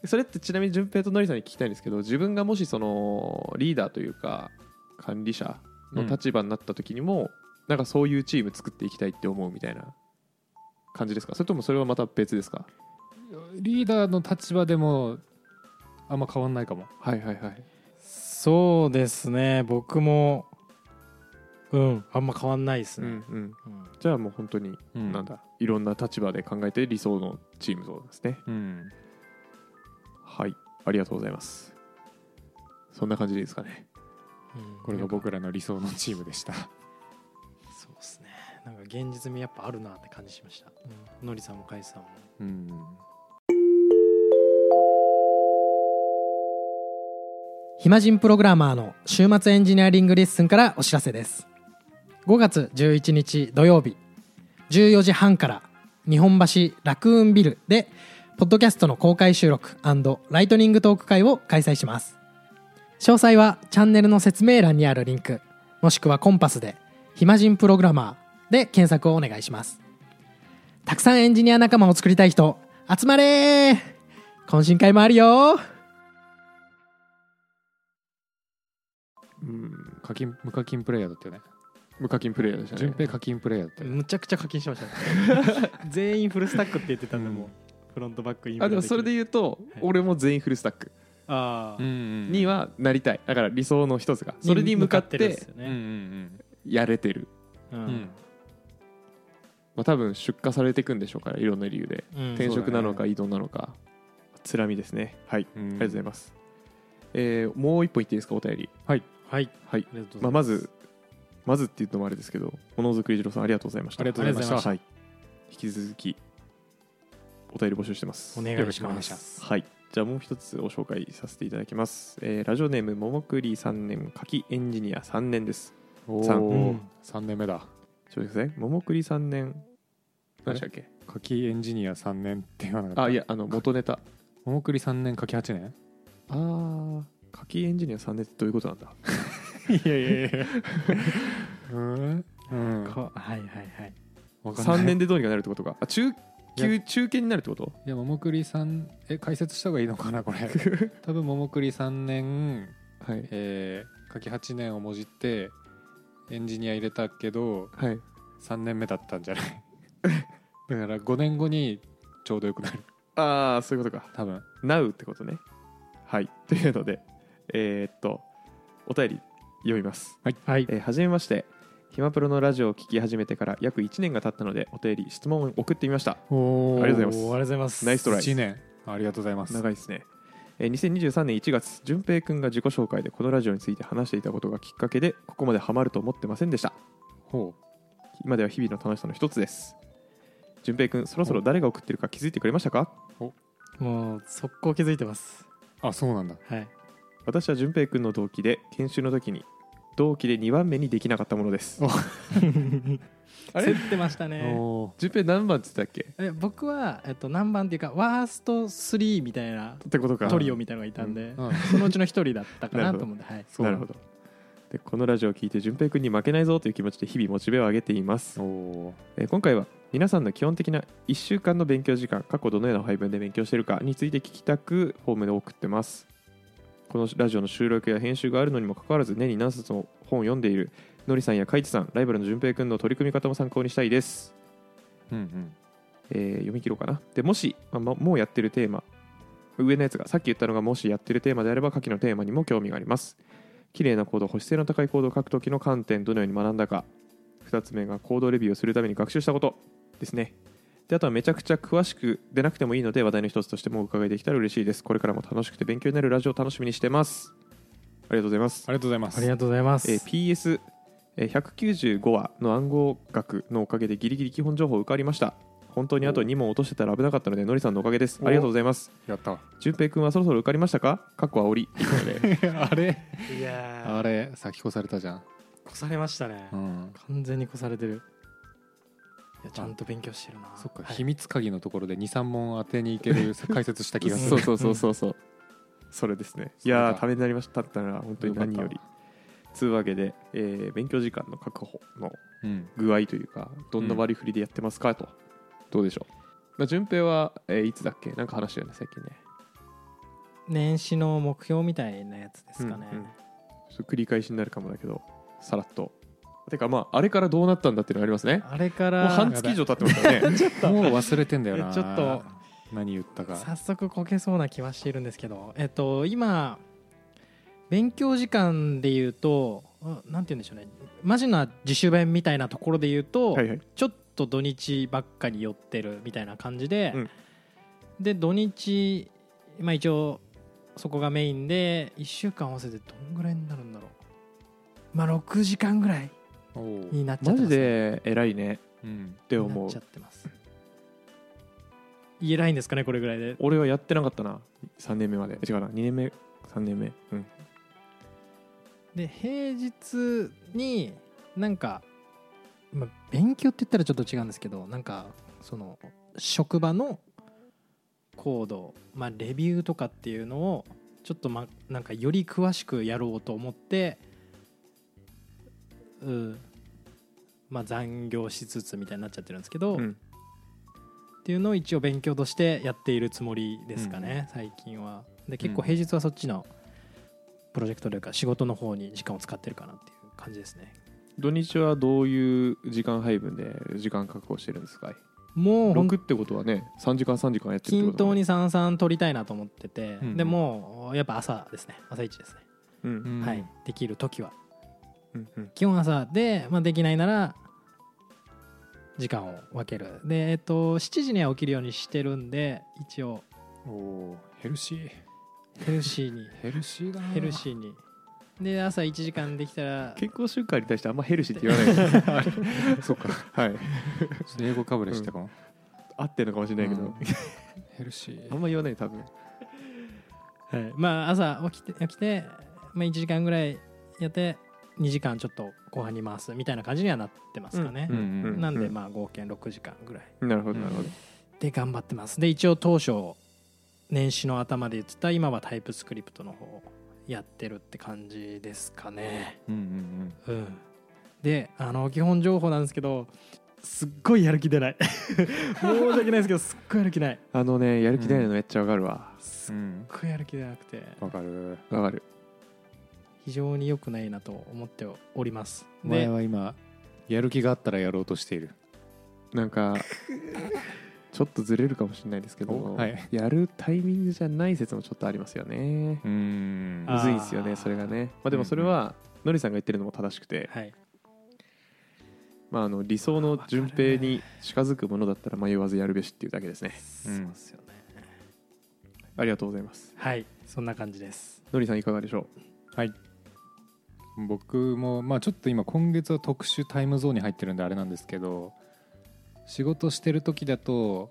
[SPEAKER 1] それってちなみに順平とのりさんに聞きたいんですけど自分がもしそのリーダーというか管理者の立場になった時にも、なんかそういうチーム作っていきたいって思うみたいな感じですかそれともそれはまた別ですか
[SPEAKER 3] リーダーの立場でもあんま変わんないかも
[SPEAKER 1] はいはいはい
[SPEAKER 2] そうですね。僕も、うん、あんま変わんないです
[SPEAKER 1] うんう
[SPEAKER 2] ね。
[SPEAKER 1] ん
[SPEAKER 2] うん
[SPEAKER 1] じゃあもう本当に、
[SPEAKER 3] うん
[SPEAKER 1] なんだいろんな立場で考えて理想のチーム像ですね
[SPEAKER 3] うん
[SPEAKER 1] はいありがとうございますそんな感じでいいですかね
[SPEAKER 2] うん
[SPEAKER 3] これが僕らの理想のチームでした
[SPEAKER 2] そうですね。なんか現実味やっぱあるなって感じしました。うんのりさんもかいさんも。
[SPEAKER 3] うん
[SPEAKER 2] 暇人プログラマーの週末エンジニアリングレッスンからお知らせです5月11日土曜日14時半から日本橋ラクーンビルでポッドキャストの公開収録ライトニングトーク会を開催します詳細はチャンネルの説明欄にあるリンクもしくはコンパスで「暇人プログラマー」で検索をお願いしますたくさんエンジニア仲間を作りたい人集まれー懇親会もあるよ
[SPEAKER 1] うん
[SPEAKER 3] 課金無課金プレイヤーだったよね
[SPEAKER 1] 無課金プレイヤーでした
[SPEAKER 3] 順
[SPEAKER 1] ね
[SPEAKER 3] 平課金プレイヤーだったよね
[SPEAKER 2] むちゃくちゃ課金しました、 全員フルスタックって言ってたんで、もうフロントバックイン
[SPEAKER 1] あでもそれで言うと、俺も全員フルスタック
[SPEAKER 2] ああ、
[SPEAKER 1] にはなりたいだから理想の一つがそれに向かって
[SPEAKER 3] うんうんうん
[SPEAKER 1] やれてる、
[SPEAKER 2] う
[SPEAKER 3] うんうん
[SPEAKER 2] ん
[SPEAKER 1] まあ、多分出荷されていくんでしょうからいろんな理由で
[SPEAKER 2] うん
[SPEAKER 1] 転職なの
[SPEAKER 3] そうだ
[SPEAKER 1] か移動なのかつらみですねはい、
[SPEAKER 3] うん
[SPEAKER 1] ありがとうございます、えーもう一本いっていいですかお便り
[SPEAKER 2] はい
[SPEAKER 1] はい
[SPEAKER 2] ありがとうございます
[SPEAKER 1] まあ、まずまずっていうのもあれですけどものづくり次郎さんありがとうございました
[SPEAKER 3] ありがとうございました
[SPEAKER 1] はい、引き続きお便り募集してます
[SPEAKER 2] お願い
[SPEAKER 3] よろし
[SPEAKER 2] し
[SPEAKER 3] くお願
[SPEAKER 2] ま
[SPEAKER 3] いします
[SPEAKER 1] はいじゃあもう一つご紹介させていただきます、えーラジオネームももくり3年柿エンジニア3年です
[SPEAKER 3] お
[SPEAKER 1] さん
[SPEAKER 2] う
[SPEAKER 3] お
[SPEAKER 2] ん
[SPEAKER 3] 3年目だ
[SPEAKER 1] ちょっと待ってくださいももくり3年何でしたっけ
[SPEAKER 3] 課金エンジニア3年って言わなかった
[SPEAKER 1] あいやあの元ネタ
[SPEAKER 3] ももくり3年課金8年
[SPEAKER 1] あー柿エンジニア3年ってどういうことなんだ
[SPEAKER 3] いやいやいやうんうん
[SPEAKER 2] こはいはいはい
[SPEAKER 3] わかんない
[SPEAKER 1] 3年でどうにかなるってことかあ中級中堅になるってこと
[SPEAKER 3] いやももくりさんえ解説した方がいいのか なこれ多分ももくり3年
[SPEAKER 1] はい
[SPEAKER 3] えー、書き8年をもじってエンジニア入れたけど
[SPEAKER 1] はい
[SPEAKER 3] 3年目だったんじゃない だから5年後にちょうどよくなる
[SPEAKER 1] ああそういうことか
[SPEAKER 3] 多分
[SPEAKER 1] Now ってことねはいというのでえーっとお便り読みます
[SPEAKER 2] はい
[SPEAKER 1] えーはじめましてひまプロのラジオを聞き始めてから約1年が経ったのでお便り質問を送ってみました
[SPEAKER 3] お
[SPEAKER 1] ーありがとうございます
[SPEAKER 2] おーありがとうございます
[SPEAKER 1] ナイストライ
[SPEAKER 3] 1年ありがとうございます
[SPEAKER 1] 長いですね、えー2023年1月淳平くんが自己紹介でこのラジオについて話していたことがきっかけでここまでハマると思ってませんでした
[SPEAKER 3] ほ
[SPEAKER 1] 今では日々の楽しさの一つです淳平くんそろそろ誰が送ってるか気づいてくれましたか
[SPEAKER 2] もう速攻気づいてます
[SPEAKER 3] うあそうなんだ
[SPEAKER 2] はい
[SPEAKER 1] 私は淳平くんの同期で研修の時に同期で2番目にできなかったものです
[SPEAKER 3] お
[SPEAKER 1] あれ
[SPEAKER 2] 競ってましたね
[SPEAKER 3] お
[SPEAKER 1] 淳平何番って言ってたっけ
[SPEAKER 2] え僕は、えっと、何番っていうかワースト3みたいな
[SPEAKER 1] ってことか
[SPEAKER 2] トリオみたいなのがいたんで、
[SPEAKER 3] ーうん
[SPEAKER 2] そのうちの一人だったか
[SPEAKER 1] な
[SPEAKER 2] な
[SPEAKER 1] るほど
[SPEAKER 2] と思ってはい
[SPEAKER 1] なるほどでこのラジオを聞いて淳平くんに負けないぞという気持ちで日々モチベを上げています
[SPEAKER 3] お
[SPEAKER 1] えー今回は皆さんの基本的な1週間の勉強時間過去どのような配分で勉強しているかについて聞きたくフォームで送ってますこのラジオの収録や編集があるのにもかかわらず年に何冊も本を読んでいるのりさんやかいちさんライバルの淳平くんの取り組み方も参考にしたいです、
[SPEAKER 3] うんうん
[SPEAKER 1] えー読み切ろうかなでもし、まあももうやってるテーマ上のやつがさっき言ったのがもしやってるテーマであれば下記のテーマにも興味があります綺麗なコード保守性の高いコードを書く時の観点どのように学んだか2つ目がコードレビューをするために学習したことですねであとはめちゃくちゃ詳しく出なくてもいいので話題の一つとしてもお伺いできたら嬉しいですこれからも楽しくて勉強になるラジオを楽しみにしてますありがとうございます
[SPEAKER 3] あ、りがとうございま
[SPEAKER 2] あ
[SPEAKER 3] す
[SPEAKER 2] りがとうございます、
[SPEAKER 1] えー PS195 話の暗号学のおかげでギリギリ基本情報を受かりました本当にあと2問落としてたら危なかったのでのりさんのおかげですありがとうございます
[SPEAKER 3] やった
[SPEAKER 1] 淳平君はそろそろ受かりましたかかっこ煽り
[SPEAKER 3] あれ
[SPEAKER 2] いやー
[SPEAKER 3] あれ先越されたじゃん
[SPEAKER 2] 越されましたね、
[SPEAKER 3] うん
[SPEAKER 2] 完全に越されてるいやちゃんと勉強してるな
[SPEAKER 3] そっか、
[SPEAKER 2] はい
[SPEAKER 3] 秘密鍵のところで23問当てにいける 解説した気がする
[SPEAKER 1] そうそうそうそうそう それですねいや
[SPEAKER 3] そう
[SPEAKER 1] ー
[SPEAKER 3] だ
[SPEAKER 1] ためになりましたったら本当に何よりつうわけで、えー勉強時間の確保の
[SPEAKER 3] うん
[SPEAKER 1] 具合というかどんな割り振りでやってますかと、どうでしょう、まあ、順平は、えーいつだっけなんか話したよね最近ね
[SPEAKER 2] 年始の目標みたいなやつですかね、
[SPEAKER 1] うんうんちょっと繰り返しになるかもだけどさらっとてかまああれからどうなったんだっていうのがありますね
[SPEAKER 2] あれか
[SPEAKER 1] もう
[SPEAKER 2] ら
[SPEAKER 1] 半月以上経ってますからね
[SPEAKER 3] もう忘れてんだよな
[SPEAKER 2] えちょっと
[SPEAKER 3] 何言ったか
[SPEAKER 2] 早速こけそうな気はしているんですけど、えっと、今勉強時間で言うとあなんて言うんでしょうねマジな自主弁みたいなところで言う と、
[SPEAKER 1] はいはい
[SPEAKER 2] ちょっと土日ばっかに寄ってるみたいな感じで、
[SPEAKER 1] うん
[SPEAKER 2] で土日、まあ、一応そこがメインで1週間合わせてどんぐらいになるんだろうまあ6時間ぐらい
[SPEAKER 3] おう
[SPEAKER 2] になっちゃ
[SPEAKER 1] マ
[SPEAKER 2] ってます、
[SPEAKER 1] ジで偉いね
[SPEAKER 3] うん
[SPEAKER 1] って
[SPEAKER 2] な
[SPEAKER 1] 思
[SPEAKER 2] っ
[SPEAKER 1] う
[SPEAKER 2] ちゃってます言えないんですかねこれぐらいで
[SPEAKER 1] 俺はやってなかったな3年目まで違うな2年目3年目うん
[SPEAKER 2] で平日になんか、まあ、勉強って言ったらちょっと違うんですけどなんかその職場のコード、まあ、レビューとかっていうのをちょっと、ま、なんかより詳しくやろうと思って、うんまあ、残業しつつみたいになっちゃってるんですけど、
[SPEAKER 1] うん
[SPEAKER 2] っていうのを一応勉強としてやっているつもりですかね、最近はで結構平日はそっちのプロジェクトというか仕事の方に時間を使ってるかなっていう感じですね
[SPEAKER 1] 土日はどういう時間配分で時間確保してるんですかい
[SPEAKER 2] もうほん
[SPEAKER 1] 6ってことはね3時間3時間やってるって
[SPEAKER 2] 均
[SPEAKER 1] ことだ
[SPEAKER 2] 等
[SPEAKER 1] ね
[SPEAKER 2] に三々取りたいなと思ってて、
[SPEAKER 3] うん
[SPEAKER 2] でもうやっぱ朝ですね朝一ですね、
[SPEAKER 1] うん
[SPEAKER 3] うん
[SPEAKER 2] はいできる時は
[SPEAKER 1] うんうん
[SPEAKER 2] 基本朝で、まあ、できないなら時間を分けるでえっと7時には起きるようにしてるんで一応
[SPEAKER 3] おーヘルシー
[SPEAKER 2] ヘルシーに
[SPEAKER 3] ヘルシーだな
[SPEAKER 2] ヘルシーにで朝1時間できたら
[SPEAKER 1] 健康習慣に対してあんまヘルシーって言わない
[SPEAKER 3] そっか
[SPEAKER 1] はい
[SPEAKER 3] ちょっと英語かぶれしてたかも、
[SPEAKER 1] 合ってるのかもしれないけど、
[SPEAKER 3] うんヘルシ
[SPEAKER 1] あん
[SPEAKER 3] ー
[SPEAKER 1] ま言わない多分
[SPEAKER 2] はい、まあ朝起きて起きて、まあ、1時間ぐらいやって2時間ちょっと後半に回すみたいな感じにはなってますかね、
[SPEAKER 3] うんうんうん
[SPEAKER 2] なんでまあ合計6時間ぐらい
[SPEAKER 1] なるほどなるほど、
[SPEAKER 2] で頑張ってますで一応当初年始の頭で言ってた今はタイプスクリプトの方をやってるって感じですかね
[SPEAKER 3] うんうん
[SPEAKER 2] うんであの基本情報なんですけどすっごいやる気出 ない申し訳ないですけどすっごいやる気ない
[SPEAKER 1] あのねやる気出ないのめっちゃわかるわ
[SPEAKER 2] す
[SPEAKER 3] う
[SPEAKER 2] っ
[SPEAKER 3] ん
[SPEAKER 2] ごいやる気出なくて
[SPEAKER 3] わかる
[SPEAKER 1] わかる
[SPEAKER 2] 非常に良くないなと思っております
[SPEAKER 3] お前
[SPEAKER 2] で
[SPEAKER 3] は今やる気があったらやろうとしている
[SPEAKER 1] なん かちょっとずれるかもしれないですけど、
[SPEAKER 3] おはい
[SPEAKER 1] やるタイミングじゃない説もちょっとありますよね
[SPEAKER 3] うーん
[SPEAKER 2] あ
[SPEAKER 1] む
[SPEAKER 2] ー
[SPEAKER 1] ずいんですよねそれがねまあでもそれはのりさんが言ってるのも正しくて、
[SPEAKER 2] はい
[SPEAKER 1] まあ、あの理想の順平に近づくものだったら迷わずやるべしっていうだけですね
[SPEAKER 2] そうですよね
[SPEAKER 1] ありがとうございます
[SPEAKER 2] はいそんな感じです
[SPEAKER 1] のりさんいかがでしょ
[SPEAKER 3] 僕もまあちょっと今今月は特殊タイムゾーンに入ってるんであれなんですけど仕事してる時だと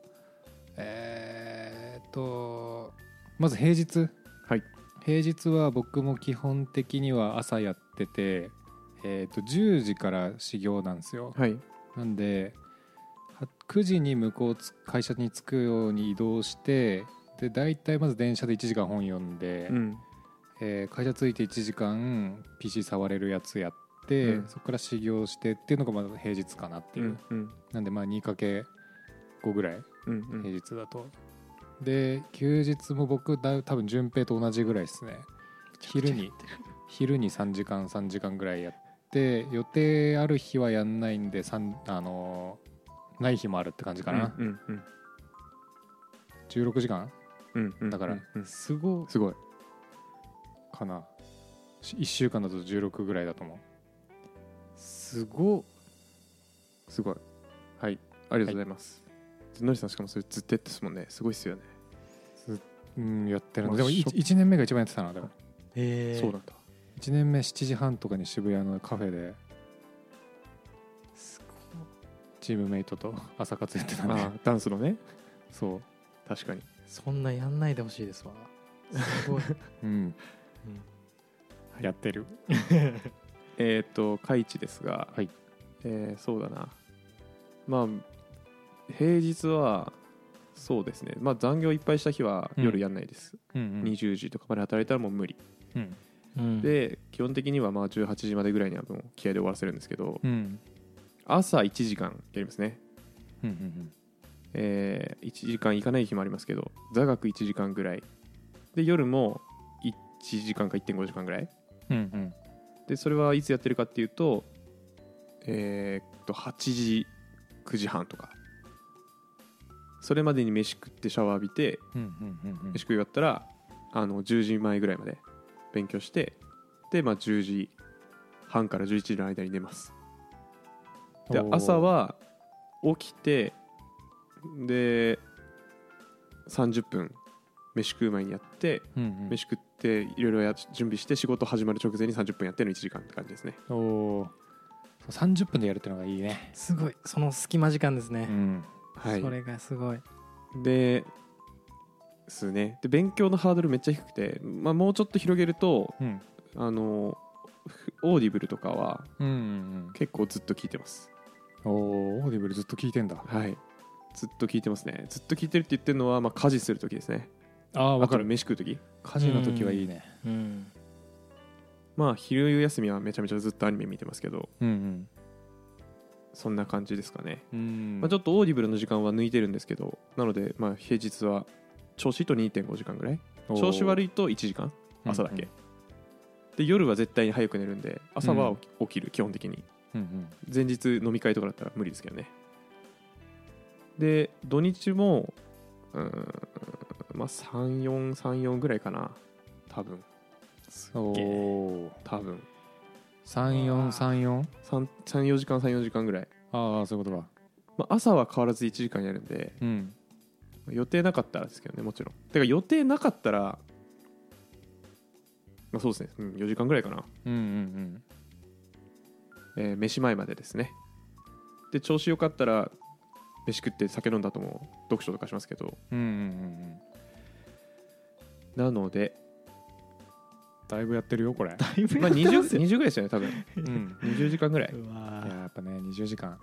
[SPEAKER 3] えーっとまず平日
[SPEAKER 1] はい
[SPEAKER 3] 平日は僕も基本的には朝やっててえーっと10時から始業なんですよ
[SPEAKER 1] うはい
[SPEAKER 3] なんでは9時に向こうつ会社に着くように移動してで大体まず電車で1時間本読んで、
[SPEAKER 1] うん
[SPEAKER 3] えー会社着いて1時間 PC 触れるやつやって、
[SPEAKER 1] うん
[SPEAKER 3] そこから修行してっていうのがまず平日かなって
[SPEAKER 1] う
[SPEAKER 3] いう、
[SPEAKER 1] んうん
[SPEAKER 3] なんでまあ 2×5 ぐらい
[SPEAKER 1] うんう
[SPEAKER 3] 平
[SPEAKER 1] ん
[SPEAKER 3] 日だと、で休日も僕だ多分順平と同じぐらいですね昼に昼に3時間3時間ぐらいやって予定ある日はやんないんでさんあのーない日もあるって感じかな、
[SPEAKER 1] うんうん
[SPEAKER 3] 16時間
[SPEAKER 1] うんうん
[SPEAKER 3] だから
[SPEAKER 1] うんうん
[SPEAKER 3] すご
[SPEAKER 1] すごい
[SPEAKER 3] かな1週間だと16ぐらいだと思う
[SPEAKER 2] すご
[SPEAKER 1] すごいはいありがとうございます、のりさんしかもそれずっとやってますもんねすごいっすよね、
[SPEAKER 3] うん、やってる
[SPEAKER 1] まあ
[SPEAKER 3] なでも
[SPEAKER 1] ショ
[SPEAKER 3] 1,
[SPEAKER 1] ッ
[SPEAKER 3] 年目が一番やってたなでも
[SPEAKER 2] え
[SPEAKER 1] そうなんだ
[SPEAKER 3] 1年目7時半とかに渋谷のカフェですチームメイトと朝活やってた
[SPEAKER 1] あ
[SPEAKER 3] ね
[SPEAKER 1] ーダンスのね
[SPEAKER 3] そ
[SPEAKER 1] 確かに
[SPEAKER 2] そんなやんないでほしいですわすごい
[SPEAKER 3] う、うん
[SPEAKER 1] はい
[SPEAKER 3] やってる
[SPEAKER 1] えっ、とカイチですが、
[SPEAKER 3] はい
[SPEAKER 1] えーそうだなまあ平日はそうですねまあ残業いっぱいした日は
[SPEAKER 3] うん
[SPEAKER 1] 夜やんないです、
[SPEAKER 3] うんうん
[SPEAKER 1] 20時とかまで働いたらもう無理、
[SPEAKER 3] うん
[SPEAKER 2] うん
[SPEAKER 1] で基本的にはまあ18時までぐらいにはもう気合で終わらせるんですけど、
[SPEAKER 3] うん
[SPEAKER 1] 朝1時間やりますね
[SPEAKER 3] うんうん
[SPEAKER 1] え1時間いかない日もありますけど座学1時間ぐらいで夜も1時間か1.5時間ぐらい
[SPEAKER 3] うんうん
[SPEAKER 1] でそれはいつやってるかっていうとえーっと8時9時半とかそれまでに飯食ってシャワー浴びて
[SPEAKER 3] うんうんうんうん
[SPEAKER 1] 飯食い終わったらあの10時前ぐらいまで勉強してで、まあ、10時半から11時の間に寝ますで
[SPEAKER 3] おー
[SPEAKER 1] 朝は起きてで30分飯食う前にやって
[SPEAKER 3] うんうん
[SPEAKER 1] 飯食っていろいろや準備して仕事始まる直前に30分やっての1時間って感じですね
[SPEAKER 3] おお30分でやるってのがいいね
[SPEAKER 2] すごいその隙間時間です
[SPEAKER 3] う
[SPEAKER 2] ね、
[SPEAKER 3] ん
[SPEAKER 1] はい
[SPEAKER 2] それがすごい
[SPEAKER 1] ですねで勉強のハードルめっちゃ低くて、まあ、もうちょっと広げると
[SPEAKER 3] うん
[SPEAKER 1] あのふオーディブルとかは
[SPEAKER 3] うんうん
[SPEAKER 1] 結構ずっと聞いてます
[SPEAKER 3] うんおーオーディブルずっと聞いてんだ
[SPEAKER 1] はいずっと聞いてますねずっと聞いてるって言ってるのは、まあ、家事する時ですね
[SPEAKER 3] ああ
[SPEAKER 1] あと飯食う時
[SPEAKER 3] 家事の時はいいね
[SPEAKER 2] うん
[SPEAKER 1] まあ昼休みはめちゃめちゃずっとアニメ見てますけど
[SPEAKER 3] うん
[SPEAKER 1] そんな感じですかね、
[SPEAKER 3] うん
[SPEAKER 1] まあ、ちょっとオーディブルの時間は抜いてるんですけどなのでまあ平日は調子いいと2.5時間ぐらい調子悪
[SPEAKER 3] い
[SPEAKER 1] いと1時間朝だけ、で夜は絶対に早く寝るんで朝は起き起きる、基本的に
[SPEAKER 3] うんうん
[SPEAKER 1] 前日飲み会とかだったら無理ですけどねで土日もうーんまあ3434ぐらいかな多分
[SPEAKER 3] おお
[SPEAKER 1] 多分
[SPEAKER 3] 3434
[SPEAKER 1] 34時間34時間ぐらい、
[SPEAKER 3] ああそういうことか
[SPEAKER 1] まあ、朝は変わらず1時間やるんで
[SPEAKER 3] うん
[SPEAKER 1] 予定なかったらですけどねもちろんてか予定なかったらまあそうですね、うん、4時間ぐらいかな、
[SPEAKER 3] うんうん
[SPEAKER 1] えー飯前までですねで調子よかったら飯食って酒飲んだ後も読書とかしますけど
[SPEAKER 3] うんうんうんうん
[SPEAKER 1] なので
[SPEAKER 3] だいぶやってるよこれ、
[SPEAKER 1] まあ 20, 20ぐらいですよね多分
[SPEAKER 3] うん、
[SPEAKER 1] 20時間ぐらいう
[SPEAKER 2] わ
[SPEAKER 3] いややっぱね20時間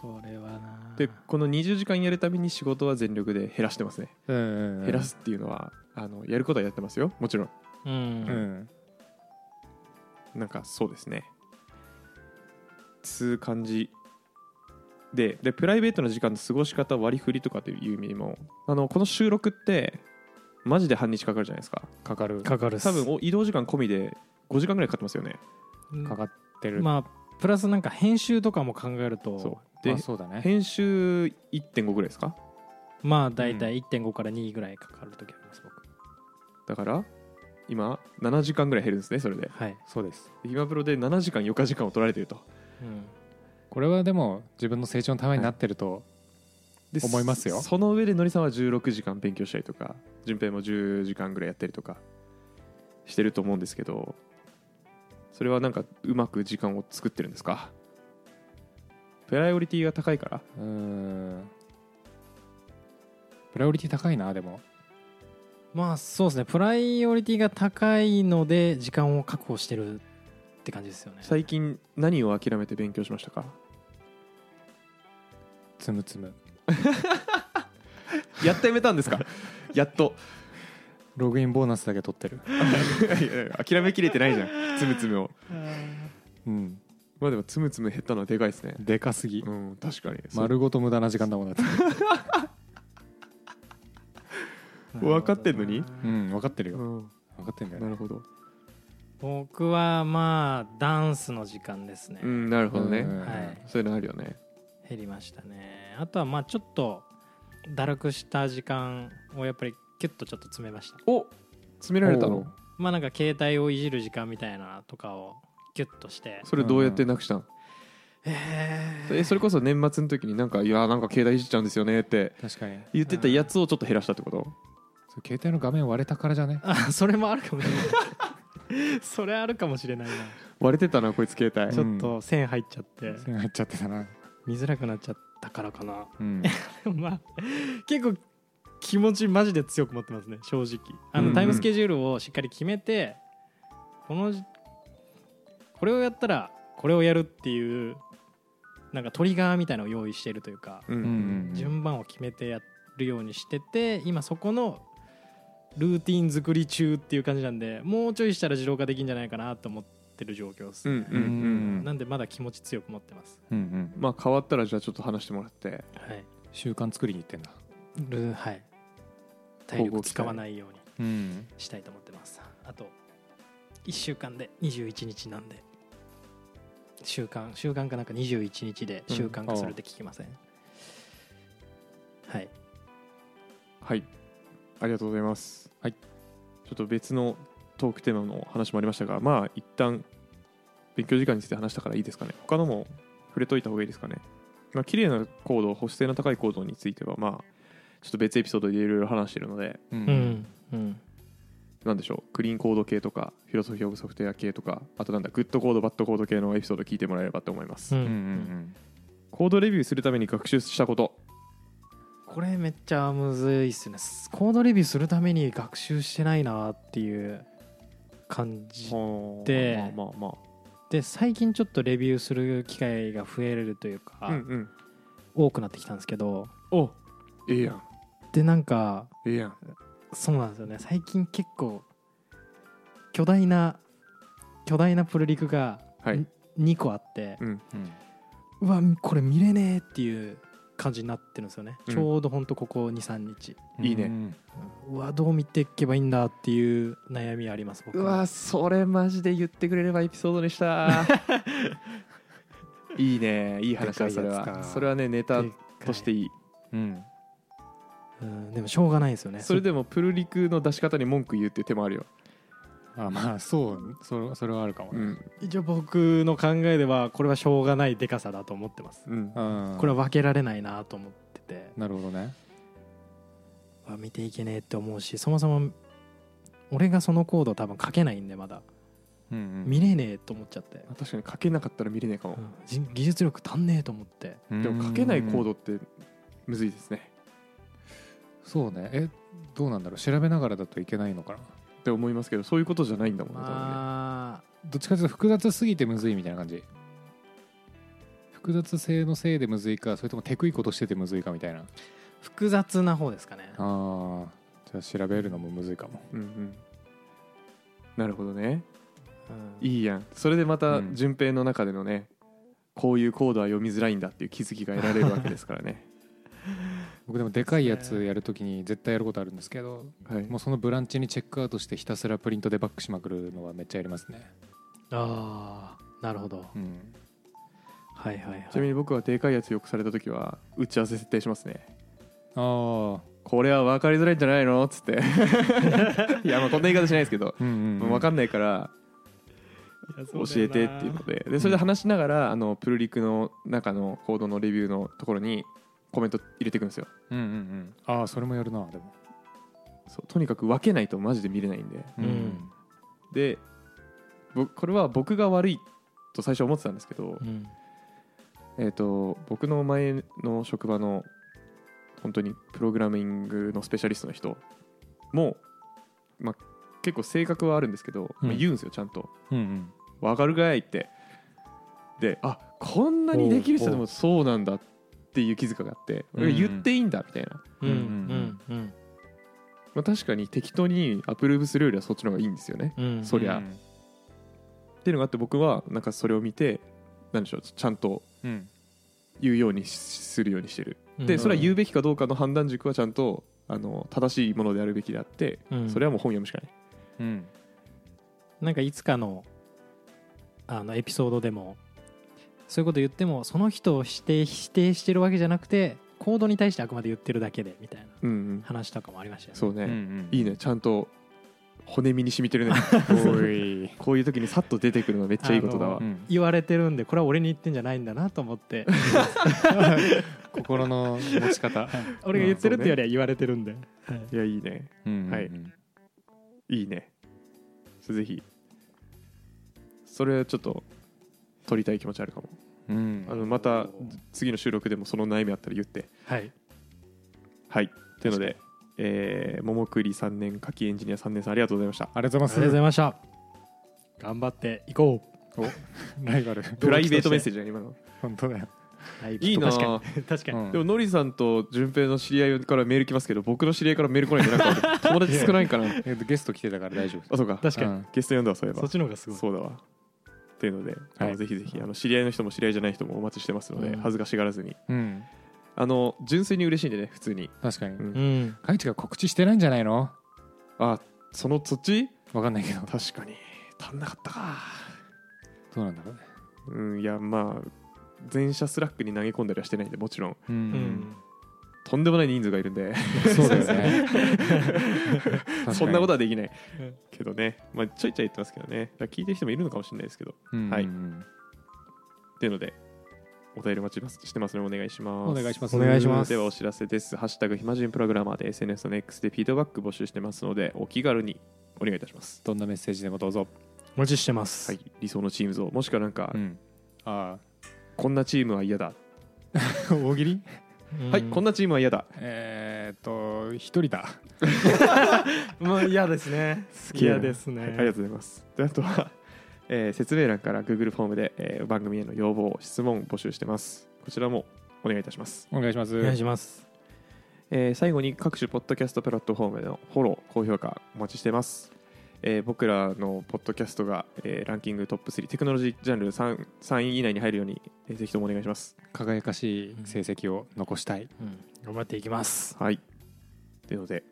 [SPEAKER 2] これはな
[SPEAKER 1] でこの20時間やるために仕事は全力で減らしてますね
[SPEAKER 3] うんうんうん
[SPEAKER 1] 減らすっていうのはあのやることはやってますよもちろん
[SPEAKER 2] う、
[SPEAKER 3] うんん
[SPEAKER 1] なんかそうですねつう感じででプライベートの時間の過ごし方割り振りとかっていう意味でもあのこの収録ってマジで半日かかるじゃないですか
[SPEAKER 3] かかるか
[SPEAKER 2] かかるっす
[SPEAKER 1] 多分お移動時間込みで5時間ぐらいかかってますよね
[SPEAKER 2] うん
[SPEAKER 3] かってる
[SPEAKER 2] まあプラスなんか編集とかも考える
[SPEAKER 1] そ
[SPEAKER 2] と
[SPEAKER 1] うで
[SPEAKER 3] まあそうだね
[SPEAKER 1] 編集1.5ぐらいですか
[SPEAKER 2] まあ大体1.5から2ぐらいかかる時あります僕
[SPEAKER 1] だから今7時間ぐらい減るんですねそれで
[SPEAKER 2] はい、
[SPEAKER 3] そうです
[SPEAKER 1] 今プロで7時間余暇時間を取られていると
[SPEAKER 2] うん、
[SPEAKER 3] これはでも自分の成長のためになってると、
[SPEAKER 1] で
[SPEAKER 3] 思いますよ
[SPEAKER 1] その上でのりさんは16時間勉強したりとか順平も10時間ぐらいやったりとかしてると思うんですけどそれはなんかうまく時間を作ってるんですかプライオリティが高いから
[SPEAKER 3] うーんプライオリティ高いなでも
[SPEAKER 2] まあそうですねプライオリティが高いので時間を確保してるって感じですよね
[SPEAKER 1] 最近何を諦めて勉強しましたか
[SPEAKER 3] つむつむ
[SPEAKER 1] やっとやめたんですか やっと
[SPEAKER 3] ログインボーナスだけ取ってる
[SPEAKER 1] いやいや 諦めきれてないじゃんつむつむを
[SPEAKER 3] うん
[SPEAKER 1] まあでもつむつむ減ったのはでかいですね
[SPEAKER 3] でかすぎ
[SPEAKER 1] うん確かに
[SPEAKER 3] 丸ごと無駄な時間だもんだって
[SPEAKER 1] 分かってんのに
[SPEAKER 3] うん分かってる
[SPEAKER 1] そう
[SPEAKER 3] よ分かってんだ
[SPEAKER 1] うん
[SPEAKER 3] よ
[SPEAKER 1] なる
[SPEAKER 3] ね
[SPEAKER 1] ほど
[SPEAKER 2] 僕はまあダンスの時間ですね、
[SPEAKER 1] うんなるほどね
[SPEAKER 3] うん
[SPEAKER 2] はい
[SPEAKER 1] そういうのあるよね
[SPEAKER 2] 減りましたねあとはまあちょっと堕落した時間をやっぱりキュッとちょっと詰めました
[SPEAKER 1] お詰められた
[SPEAKER 3] お
[SPEAKER 1] の
[SPEAKER 3] う
[SPEAKER 2] まあなんか携帯をいじる時間みたいなとかをキュッとして
[SPEAKER 1] それどうやってなくしたん、
[SPEAKER 2] え
[SPEAKER 1] えそれこそ年末の時になんか「いやーなんか携帯いじっちゃうんですよね」って
[SPEAKER 3] 確かに
[SPEAKER 1] 言ってたやつをちょっと減らしたってこと、
[SPEAKER 3] それ携帯の画面割れたからじゃね
[SPEAKER 2] あそれもあるかもしれない それあるかもしれないな
[SPEAKER 1] 割れてたなこいつ携帯
[SPEAKER 2] ちょっと線入っちゃって、
[SPEAKER 3] 線入っちゃってたな
[SPEAKER 2] 見づらくなっちゃったからかな
[SPEAKER 3] うん
[SPEAKER 2] まあ結構気持ちマジで強く持ってますね正直あ
[SPEAKER 1] うん
[SPEAKER 2] の、
[SPEAKER 1] うん
[SPEAKER 2] タイムスケジュールをしっかり決めてこのじこれをやったらこれをやるっていうなんかトリガーみたいなのを用意しているというか、
[SPEAKER 1] うんう
[SPEAKER 3] うん
[SPEAKER 1] ん
[SPEAKER 2] 順番を決めてやるようにしてて今そこのルーティン作り中っていう感じなんでもうちょいしたら自動化できんじゃないかなと思ってる状況です、
[SPEAKER 1] うんうんうん
[SPEAKER 2] なんでまだ気持ち強く持ってます
[SPEAKER 3] うんうん
[SPEAKER 1] まあ変わったらじゃあちょっと話してもらって
[SPEAKER 2] はい
[SPEAKER 3] 習慣作りに行ってんだ
[SPEAKER 2] ルはい
[SPEAKER 1] 乞
[SPEAKER 2] 体
[SPEAKER 1] う
[SPEAKER 2] 力
[SPEAKER 1] ご期待
[SPEAKER 2] 使わないように
[SPEAKER 3] うん
[SPEAKER 2] したいと思ってますあと1週間で21日なんで週間週間かなんか21日で
[SPEAKER 1] うん
[SPEAKER 2] 習慣化するって聞きません、はい
[SPEAKER 1] はいありがとうございます
[SPEAKER 3] はい
[SPEAKER 1] ちょっと別のトークテーマの話もありましたがまあ一旦勉強時間について話したからいいですかね他のも触れといた方がいいですかねまあ綺麗なコード保守性の高いコードについてはまあちょっと別エピソードでいろいろ話してるので
[SPEAKER 3] うん
[SPEAKER 2] うんうん
[SPEAKER 1] なんでしょうクリーンコード系とかフィロソフィー・オブ・ソフトウェア系とかあとなんだグッドコードバッドコード系のエピソード聞いてもらえればと思います、
[SPEAKER 2] うん
[SPEAKER 3] うんうん
[SPEAKER 1] コードレビューするために学習したこと
[SPEAKER 2] これめっちゃむずいっすねコードレビューするために学習してないなっていう感じで
[SPEAKER 1] まあまあま
[SPEAKER 2] で最近ちょっとレビューする機会が増えるというか、
[SPEAKER 1] あうんうん
[SPEAKER 2] 多くなってきたんですけど
[SPEAKER 1] おええやん
[SPEAKER 2] でなんか
[SPEAKER 1] ええやん
[SPEAKER 2] そうなんですよね最近結構巨大な巨大なプルリクが
[SPEAKER 1] はい
[SPEAKER 2] 2個あって、
[SPEAKER 1] うん
[SPEAKER 3] うん
[SPEAKER 2] うわこれ見れねえっていう感じになってるんですよね、
[SPEAKER 1] うん
[SPEAKER 2] ちょうどほんとここ23日
[SPEAKER 1] いいね
[SPEAKER 3] うん
[SPEAKER 2] うわどう見ていけばいいんだっていう悩みあります僕
[SPEAKER 1] う
[SPEAKER 2] は
[SPEAKER 1] わそれマジで言ってくれればエピソードにした いいねいい話だ
[SPEAKER 3] で
[SPEAKER 1] そ
[SPEAKER 3] かい
[SPEAKER 1] れ
[SPEAKER 3] やつか
[SPEAKER 1] はそれはねネタ
[SPEAKER 2] でっかい
[SPEAKER 1] としていい
[SPEAKER 3] うん
[SPEAKER 2] うんでもしょうがないですよね
[SPEAKER 1] それでもプルリクの出し方に文句言うっていう手もあるよ、
[SPEAKER 3] あまあそうそれそれはあるかも
[SPEAKER 1] う
[SPEAKER 3] ね、
[SPEAKER 1] ん
[SPEAKER 2] 一応僕の考えではこれはしょうがないでかさだと思ってます
[SPEAKER 1] うん
[SPEAKER 3] うん
[SPEAKER 2] これは分けられないなと思ってて
[SPEAKER 3] なるほどね
[SPEAKER 2] あ見ていけねえって思うしそもそも俺がそのコード多分書けないんでまだ
[SPEAKER 3] うん
[SPEAKER 2] 見れねえと思っちゃって、
[SPEAKER 1] 確かに書けなかったら見れないかも
[SPEAKER 2] う、んじ技術力足んねえと思って
[SPEAKER 3] うん
[SPEAKER 1] でも書けないコードってむずいですね
[SPEAKER 3] そうねえどうなんだろう調べながらだといけないのかな
[SPEAKER 1] って思いますけどそういうことじゃないんだもんね,、
[SPEAKER 2] まあ
[SPEAKER 3] どっちかというと複雑すぎてむずいみたいな感じ複雑性のせいでむずいかそれともテクいことしててむずいかみたいな
[SPEAKER 2] 複雑な方ですかね
[SPEAKER 3] あーじゃあ調べるのもむずいかも
[SPEAKER 1] 多分ねうんうんなるほどね
[SPEAKER 2] うん
[SPEAKER 1] いいやんそれでまた
[SPEAKER 3] うん
[SPEAKER 1] 順平の中でのね、こういうコードは読みづらいんだっていう気づきが得られるわけですから ね
[SPEAKER 3] 僕でもでかいやつやるときに絶対やることあるんですけど
[SPEAKER 1] はい
[SPEAKER 3] もうそのブランチにチェックアウトしてひたすらプリントでバックしまくるのはめっちゃやりますね
[SPEAKER 2] ああなるほど
[SPEAKER 3] うん
[SPEAKER 2] はいはいはい
[SPEAKER 1] ちなみに僕はでかいやつよくされた時は打ち合わせ設定しますね
[SPEAKER 3] ああ
[SPEAKER 1] これは分かりづらいんじゃないのっつっていやまあこんな言い方しないですけど、
[SPEAKER 3] うんうん
[SPEAKER 1] もう分かんないから教えてっていうのででそれで話しながら、あのプルリクの中のコードのレビューのところにコメント入れていくんですよ
[SPEAKER 3] うんうんうんああそれもやるなでも
[SPEAKER 1] そうとにかく分けないとマジで見れないんで
[SPEAKER 2] うん
[SPEAKER 1] で僕これは僕が悪いと最初思ってたんですけど、
[SPEAKER 2] うん
[SPEAKER 1] えー、と僕の前の職場の本当にプログラミングのスペシャリストの人も、まあ、結構性格はあるんですけど、まあ
[SPEAKER 3] うん
[SPEAKER 1] 言うんですよちゃんと
[SPEAKER 3] うんうん
[SPEAKER 1] 「わかるかい」ってであこんなにできる人でもそうなんだっていう気づかがあって
[SPEAKER 3] うんうん
[SPEAKER 1] 言っていいんだみたいな、
[SPEAKER 2] うん
[SPEAKER 3] うん
[SPEAKER 2] うん
[SPEAKER 1] まあ、確かに適当にアプローブするよりはそっちの方がいいんですよね、
[SPEAKER 2] うん
[SPEAKER 1] そりゃ
[SPEAKER 3] うん
[SPEAKER 1] っていうのがあって僕はなんかそれを見てなんでしょうちゃんと
[SPEAKER 3] うん
[SPEAKER 1] 言うようにしするようにしてる
[SPEAKER 2] うん
[SPEAKER 1] でそれは言うべきかどうかの判断軸はちゃんとあの正しいものであるべきであって、
[SPEAKER 2] うん
[SPEAKER 1] それはもう本読むしかない、
[SPEAKER 3] うん
[SPEAKER 2] なんかいつかのあのエピソードでもそういうこと言ってもその人を否定否定してるわけじゃなくてコードに対してあくまで言ってるだけでみたいな
[SPEAKER 1] うんうん、
[SPEAKER 2] 話とかもありましたよね
[SPEAKER 1] そうね、
[SPEAKER 3] うん
[SPEAKER 1] いいねちゃんと骨身に染みてるね
[SPEAKER 3] おい
[SPEAKER 1] こういう時にさっと出てくるのめっちゃいいことだわ、
[SPEAKER 2] あ
[SPEAKER 3] うん
[SPEAKER 2] 言われてるんでこれは俺に言ってんじゃないんだなと思って
[SPEAKER 3] 心の持ち方
[SPEAKER 2] 俺が言ってるってよりは言われてるんで、はい
[SPEAKER 1] いやいいねは
[SPEAKER 3] はい
[SPEAKER 1] いいねぜひそれちょっと取りたい気持ちあるかも
[SPEAKER 3] うん
[SPEAKER 1] あのまた次の収録でもその悩みあったら言って
[SPEAKER 2] はい
[SPEAKER 1] はいというのでえー、ももくり3年夏季エンジニア3年さんありがとうございました
[SPEAKER 3] ありがとうご
[SPEAKER 2] ありがと
[SPEAKER 3] ざ
[SPEAKER 2] う
[SPEAKER 3] い
[SPEAKER 2] ござい
[SPEAKER 3] ま
[SPEAKER 2] ました頑張っていこう
[SPEAKER 3] すライバル
[SPEAKER 1] プライベートメッセー
[SPEAKER 3] ジ
[SPEAKER 1] ジだね今の
[SPEAKER 3] 本当だよ
[SPEAKER 2] はい
[SPEAKER 1] いいな
[SPEAKER 2] 確かに 確かに、
[SPEAKER 1] でもノリさんと順平の知り合いからメール来ますけど僕の知り合いからメール来ないんでなん か友達少ないかなあ
[SPEAKER 3] えっとゲスト来てたから大丈夫
[SPEAKER 1] そうか
[SPEAKER 2] 確かに、
[SPEAKER 3] うん
[SPEAKER 1] ゲスト呼んだわそういえ
[SPEAKER 2] そ
[SPEAKER 1] ば
[SPEAKER 2] っちの方がすごい
[SPEAKER 1] そうだわっていうので、あ
[SPEAKER 3] は
[SPEAKER 1] の
[SPEAKER 3] い
[SPEAKER 1] ぜひぜひあの知り合いの人も知り合いじゃない人もお待ちしてますので、
[SPEAKER 2] うん
[SPEAKER 1] 恥ずかしがらずに
[SPEAKER 3] うん
[SPEAKER 1] あの純粋に嬉しいんでね普通に
[SPEAKER 3] 確かに
[SPEAKER 1] うん
[SPEAKER 2] うん
[SPEAKER 3] カイチが告知してないんじゃないの
[SPEAKER 1] あその土地
[SPEAKER 3] わかんないけど
[SPEAKER 1] 確かに足んなかったか
[SPEAKER 3] どうなんだろうね
[SPEAKER 1] うんいやまあ全社スラックに投げ込んだりはしてないんでもちろん
[SPEAKER 3] う
[SPEAKER 2] うんん
[SPEAKER 1] とんでもない人数がいるんで
[SPEAKER 3] そうだよね
[SPEAKER 1] そんなこと
[SPEAKER 3] は
[SPEAKER 1] はできない
[SPEAKER 2] うん
[SPEAKER 1] けどね、まあ、ちょいちょい言ってますけどねだから聞いてる人もいるのかもしれないですけどはいっていうのでお便りお待ちますしてますのでお願いします
[SPEAKER 3] お願いします
[SPEAKER 2] お願いします
[SPEAKER 1] ではお知らせです「ハッシュタグひまじんプログラマー」で SNS の X でフィードバック募集してますのでお気軽にお願いいたします
[SPEAKER 3] どんなメッセージでもどうぞ
[SPEAKER 2] お待ちしてます、
[SPEAKER 1] はい理想のチーム像もしくはなんか、
[SPEAKER 3] うんあ
[SPEAKER 1] こんなチームは嫌だ、
[SPEAKER 3] あ 大喜利
[SPEAKER 1] はいこん
[SPEAKER 2] な
[SPEAKER 1] なチームは嫌だ
[SPEAKER 3] えーっと一人だ
[SPEAKER 2] もう嫌ですね
[SPEAKER 1] 好きやな
[SPEAKER 2] ですね、
[SPEAKER 1] はいありがとうございますであとは、えー説明欄から Google フォームで、えー番組への要望質問募集してますこちらもお願いいたします
[SPEAKER 3] お願いします
[SPEAKER 2] お願いします
[SPEAKER 1] えー最後に各種ポッドキャストプラットフォームでのフォロー、高評価お待ちしてます。えー僕らのポッドキャストが、えーランキングトップ3テクノロジージャンル 3, 3位以内に入るように、えーぜひともお願いします。
[SPEAKER 3] 輝かしい成績を残したい、
[SPEAKER 2] うん、頑張っていきます
[SPEAKER 1] はい。というので、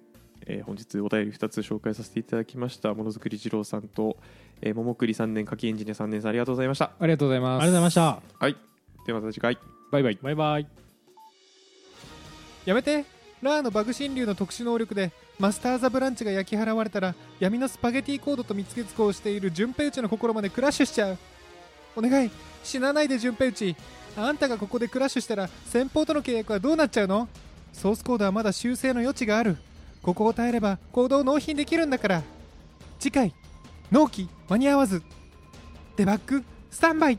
[SPEAKER 1] えー本日お便り2つ紹介させていただきました、ものづくり二郎さんと、えー、ももくり3年、柿エンジニア3年さん、ありがとうございました。
[SPEAKER 3] ありがとうござい
[SPEAKER 2] あ
[SPEAKER 3] ます
[SPEAKER 2] りがとうございました
[SPEAKER 1] はい。ではまた次回。
[SPEAKER 3] バイバイ
[SPEAKER 2] バイバイ
[SPEAKER 3] やめてラーのバグ神竜の特殊能力でマスター・ザ・ブランチが焼き払われたら闇のスパゲティコードと見つけつこをしている順平内の心までクラッシュしちゃうお願い死なないで順平内あんたがここでクラッシュしたら先方との契約はどうなっちゃうのソースコードはまだ修正の余地があるここを耐えれば行動を納品できるんだから次回納期間に合わずデバッグスタンバイ